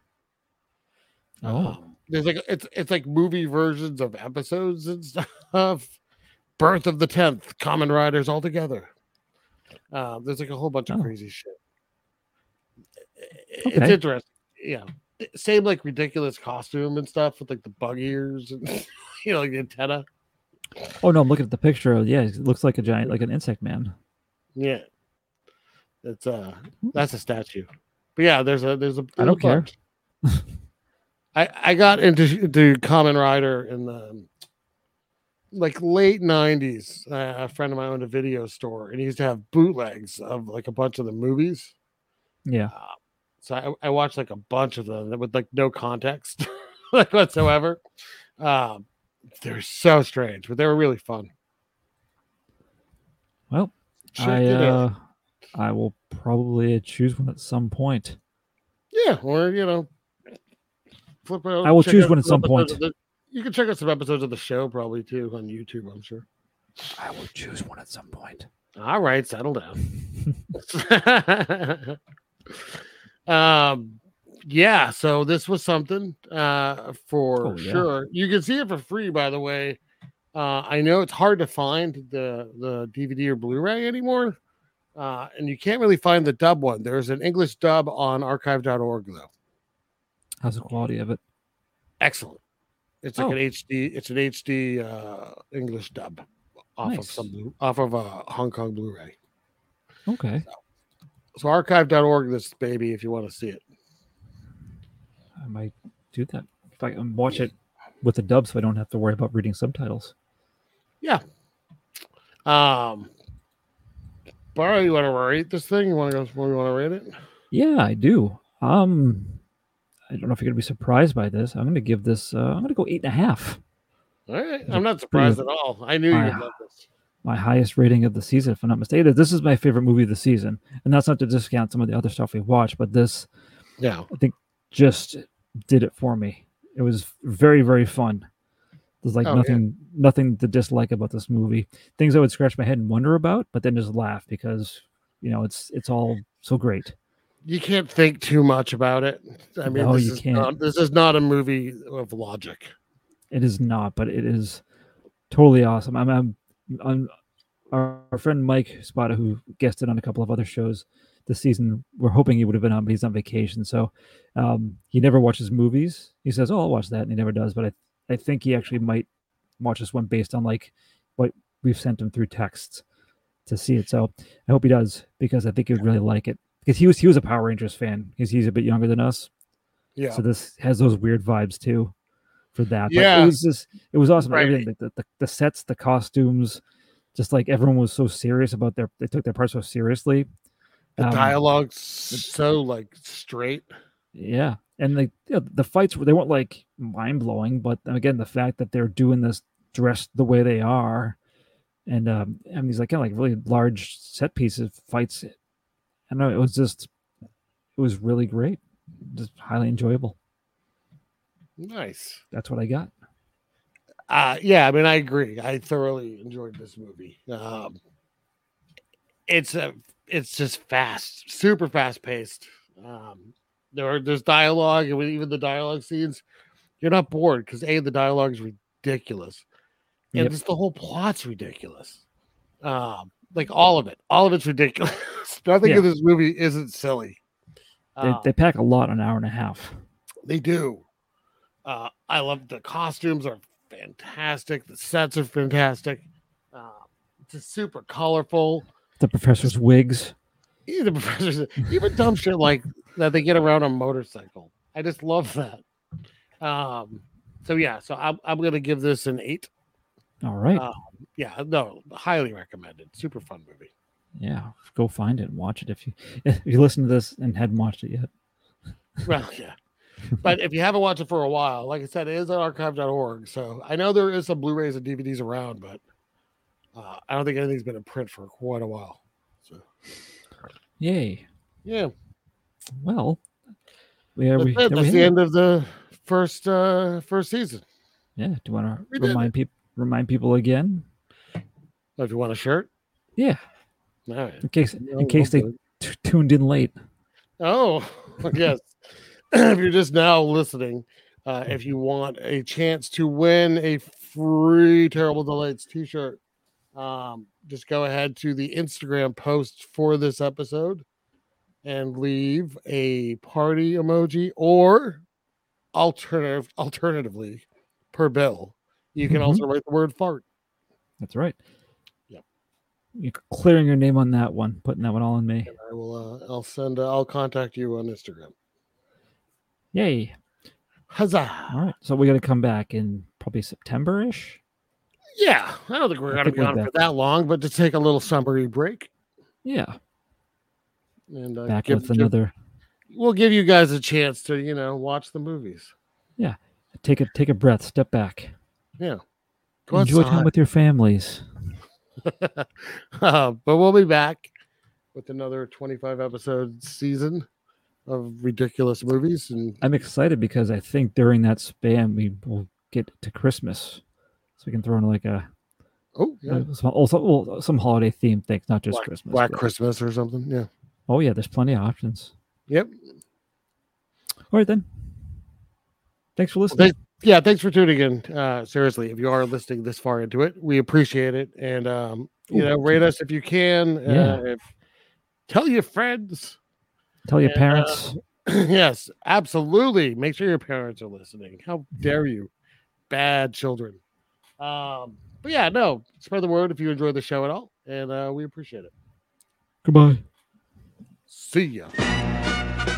H: Oh.
I: Um, There's like it's it's like movie versions of episodes and stuff. Birth of the Tenth, Common Riders all together. Uh, there's like a whole bunch of
H: Oh.
I: crazy shit. It's
H: Okay.
I: interesting. Yeah. Same like ridiculous costume and stuff with like the bug ears and you know like the antenna.
H: Oh no, I'm looking at the picture. Yeah, it looks like a giant like an insect man.
I: Yeah. That's uh that's a statue. But yeah, there's a there's a
H: Hmm. I
I: there's a
H: don't care.
I: bunch. I I got into to Common Rider in the like late 90s. Uh, a friend of mine owned a video store and he used to have bootlegs of like a bunch of the movies.
H: Yeah.
I: So I, I watched like a bunch of them with like no context like whatsoever. Um they're so strange, but they were really fun.
H: Well,
I: Check
H: I,
I: it out.
H: uh, I will probably choose one at some point.
I: Yeah, or you know, flip around.
H: I will
I: check
H: choose
I: out
H: one at
I: some
H: some point.
I: episodes of the- you can check out some episodes of the show probably too on YouTube. I'm sure.
H: I will choose one at some point.
I: All right, settle down. um, yeah. So this was something uh, for
H: Oh, yeah.
I: sure. You can see it for free, by the way. Uh, I know it's hard to find the the DVD or Blu-ray anymore. Uh, and you can't really find the dub one. There's an English dub on archive.org though.
H: How's the quality of it?
I: Excellent. It's like
H: Oh.
I: an HD. It's an HD uh, English dub off of
H: Nice.
I: some Blu- off of a Hong Kong Blu-ray.
H: Okay.
I: So archive.org this baby if you want to see it.
H: I might do that. If I can watch it with the dub so I don't have to worry about reading subtitles.
I: Um, Barrow, you want to rate this thing? You want to go? You want to rate it?
H: Yeah, I do. Um I don't know if you're gonna be surprised by this. I'm gonna give this uh, I'm gonna go eight and a half.
I: All right.
H: It's
I: I'm not surprised at all. I knew you would love this.
H: My highest rating of the season, if I'm not mistaken. This is my favorite movie of the season. And that's not to discount some of the other stuff we've watched, but this
I: Yeah.
H: just did it for me. It was very, very fun. There's like
I: Oh, yeah.
H: nothing, nothing to dislike about this movie. Things I would scratch my head and wonder about, but then just laugh because you know it's it's all so great.
I: You can't think too much about it. I mean,
H: No,
I: this
H: you
I: is
H: can't.
I: Not, this is not a movie of logic.
H: It is not, but it is totally awesome. I'm, I'm, I'm our, our friend Mike Spada, who guested on a couple of other shows this season. We're hoping he would have been on, but he's on vacation, so um, he never watches movies. He says, "Oh, I'll watch that," and he never does. But I, I think he actually might watch this one based on like what we've sent him through texts to see it. So I hope he does because I think he would really like it. Because he was he was a Power Rangers fan. He's he's a bit younger than us,
I: Yeah.
H: so this has those weird vibes too for that. But
I: Yeah.
H: it was just it was awesome.
I: Right.
H: Everything the, the the sets, the costumes, just like everyone was so serious about their they took their part so seriously.
I: The
H: Um,
I: dialogue's so like straight.
H: Yeah, and the you know, the fights were they weren't like mind blowing, but again, the fact that they're doing this dressed the way they are, and um, I mean, these like kind of like really large set pieces fights. I don't know it was just it was really great, just highly enjoyable.
I: Nice.
H: That's what I got.
I: Uh, yeah, I mean, I agree. I thoroughly enjoyed this movie. Um, it's a, it's just fast, super fast paced. Um, there are there's dialogue, and even the dialogue scenes, you're not bored because a the dialogue is ridiculous, and
H: Yep.
I: just the whole plot's ridiculous. Um, like all of it, all of it's ridiculous. Nothing in this movie isn't silly.
H: They,
I: Um,
H: they pack a lot in an hour and a half.
I: they do. Uh, I love the costumes are fantastic. The sets are fantastic. Uh, it's just super colorful.
H: The professor's wigs.
I: Even the professors, even dumb shit like that they get around on motorcycle. I just love that. Um, so yeah, so I'm I'm gonna give this an eight.
H: All right.
I: Uh, Yeah, no, highly recommended. Super fun movie.
H: yeah. Go find it and watch it if you if you listen to this and hadn't watched it yet.
I: Well, yeah. But if you haven't watched it for a while, like I said, it is on archive.org. So I know there is some Blu-rays and DVDs around, but uh, I don't think anything's been in print for quite a while. So
H: Yay.
I: yeah,
H: Well, there
I: that's,
H: we,
I: it.
H: there we
I: That's
H: have
I: the
H: it.
I: end of the first uh, first season.
H: Yeah. Do you want
I: We
H: to
I: did
H: remind people remind people again?
I: If you want a shirt,
H: Yeah.
I: all right.
H: In case in case they t- tuned in late.
I: Oh, yes. if you're just now listening, uh, if you want a chance to win a free Terrible Delights t shirt, um, just go ahead to the Instagram post for this episode and leave a party emoji or alternative alternatively per bill you can
H: Mhm.
I: also write the word fart
H: That's right.
I: Yep.
H: You're clearing your name on that one, putting that one all on me.
I: and i will uh, i'll send uh, i'll contact you on instagram
H: Yay.
I: huzzah
H: All right. So we're gonna come back in probably September ish.
I: Yeah, I don't think we're
H: I
I: going to
H: think
I: be
H: we're
I: on
H: back.
I: for that long, but to take a little summary break
H: Yeah.
I: and uh,
H: Back
I: give-
H: with
I: give-
H: another
I: we'll give you guys a chance to you know watch the movies.
H: take a take a breath, step back.
I: Go
H: Enjoy time
I: outside.
H: with your families.
I: uh, but we'll be back with another twenty-five episode season of ridiculous movies, and
H: I'm excited because I think during that span we will get to Christmas, so we can throw in like a
I: oh yeah,
H: uh, some, also well, some holiday theme things, not just
I: Black,
H: Christmas.
I: Black
H: but-
I: Christmas or something. Yeah.
H: Oh yeah, there's plenty of options.
I: Yep.
H: All right then. Thanks for listening.
I: thank- yeah thanks for tuning in uh seriously if you are listening this far into it we appreciate it and um you
H: Ooh,
I: know
H: thank
I: rate
H: you.
I: us if you can
H: Yeah.
I: uh, if Tell your friends.
H: Tell your
I: Yeah.
H: parents.
I: yes, absolutely. Make sure your parents are listening. How dare you, bad children? Um, but yeah, no, spread the word if you enjoy the show at all, and uh, we appreciate it.
H: Goodbye.
I: See ya.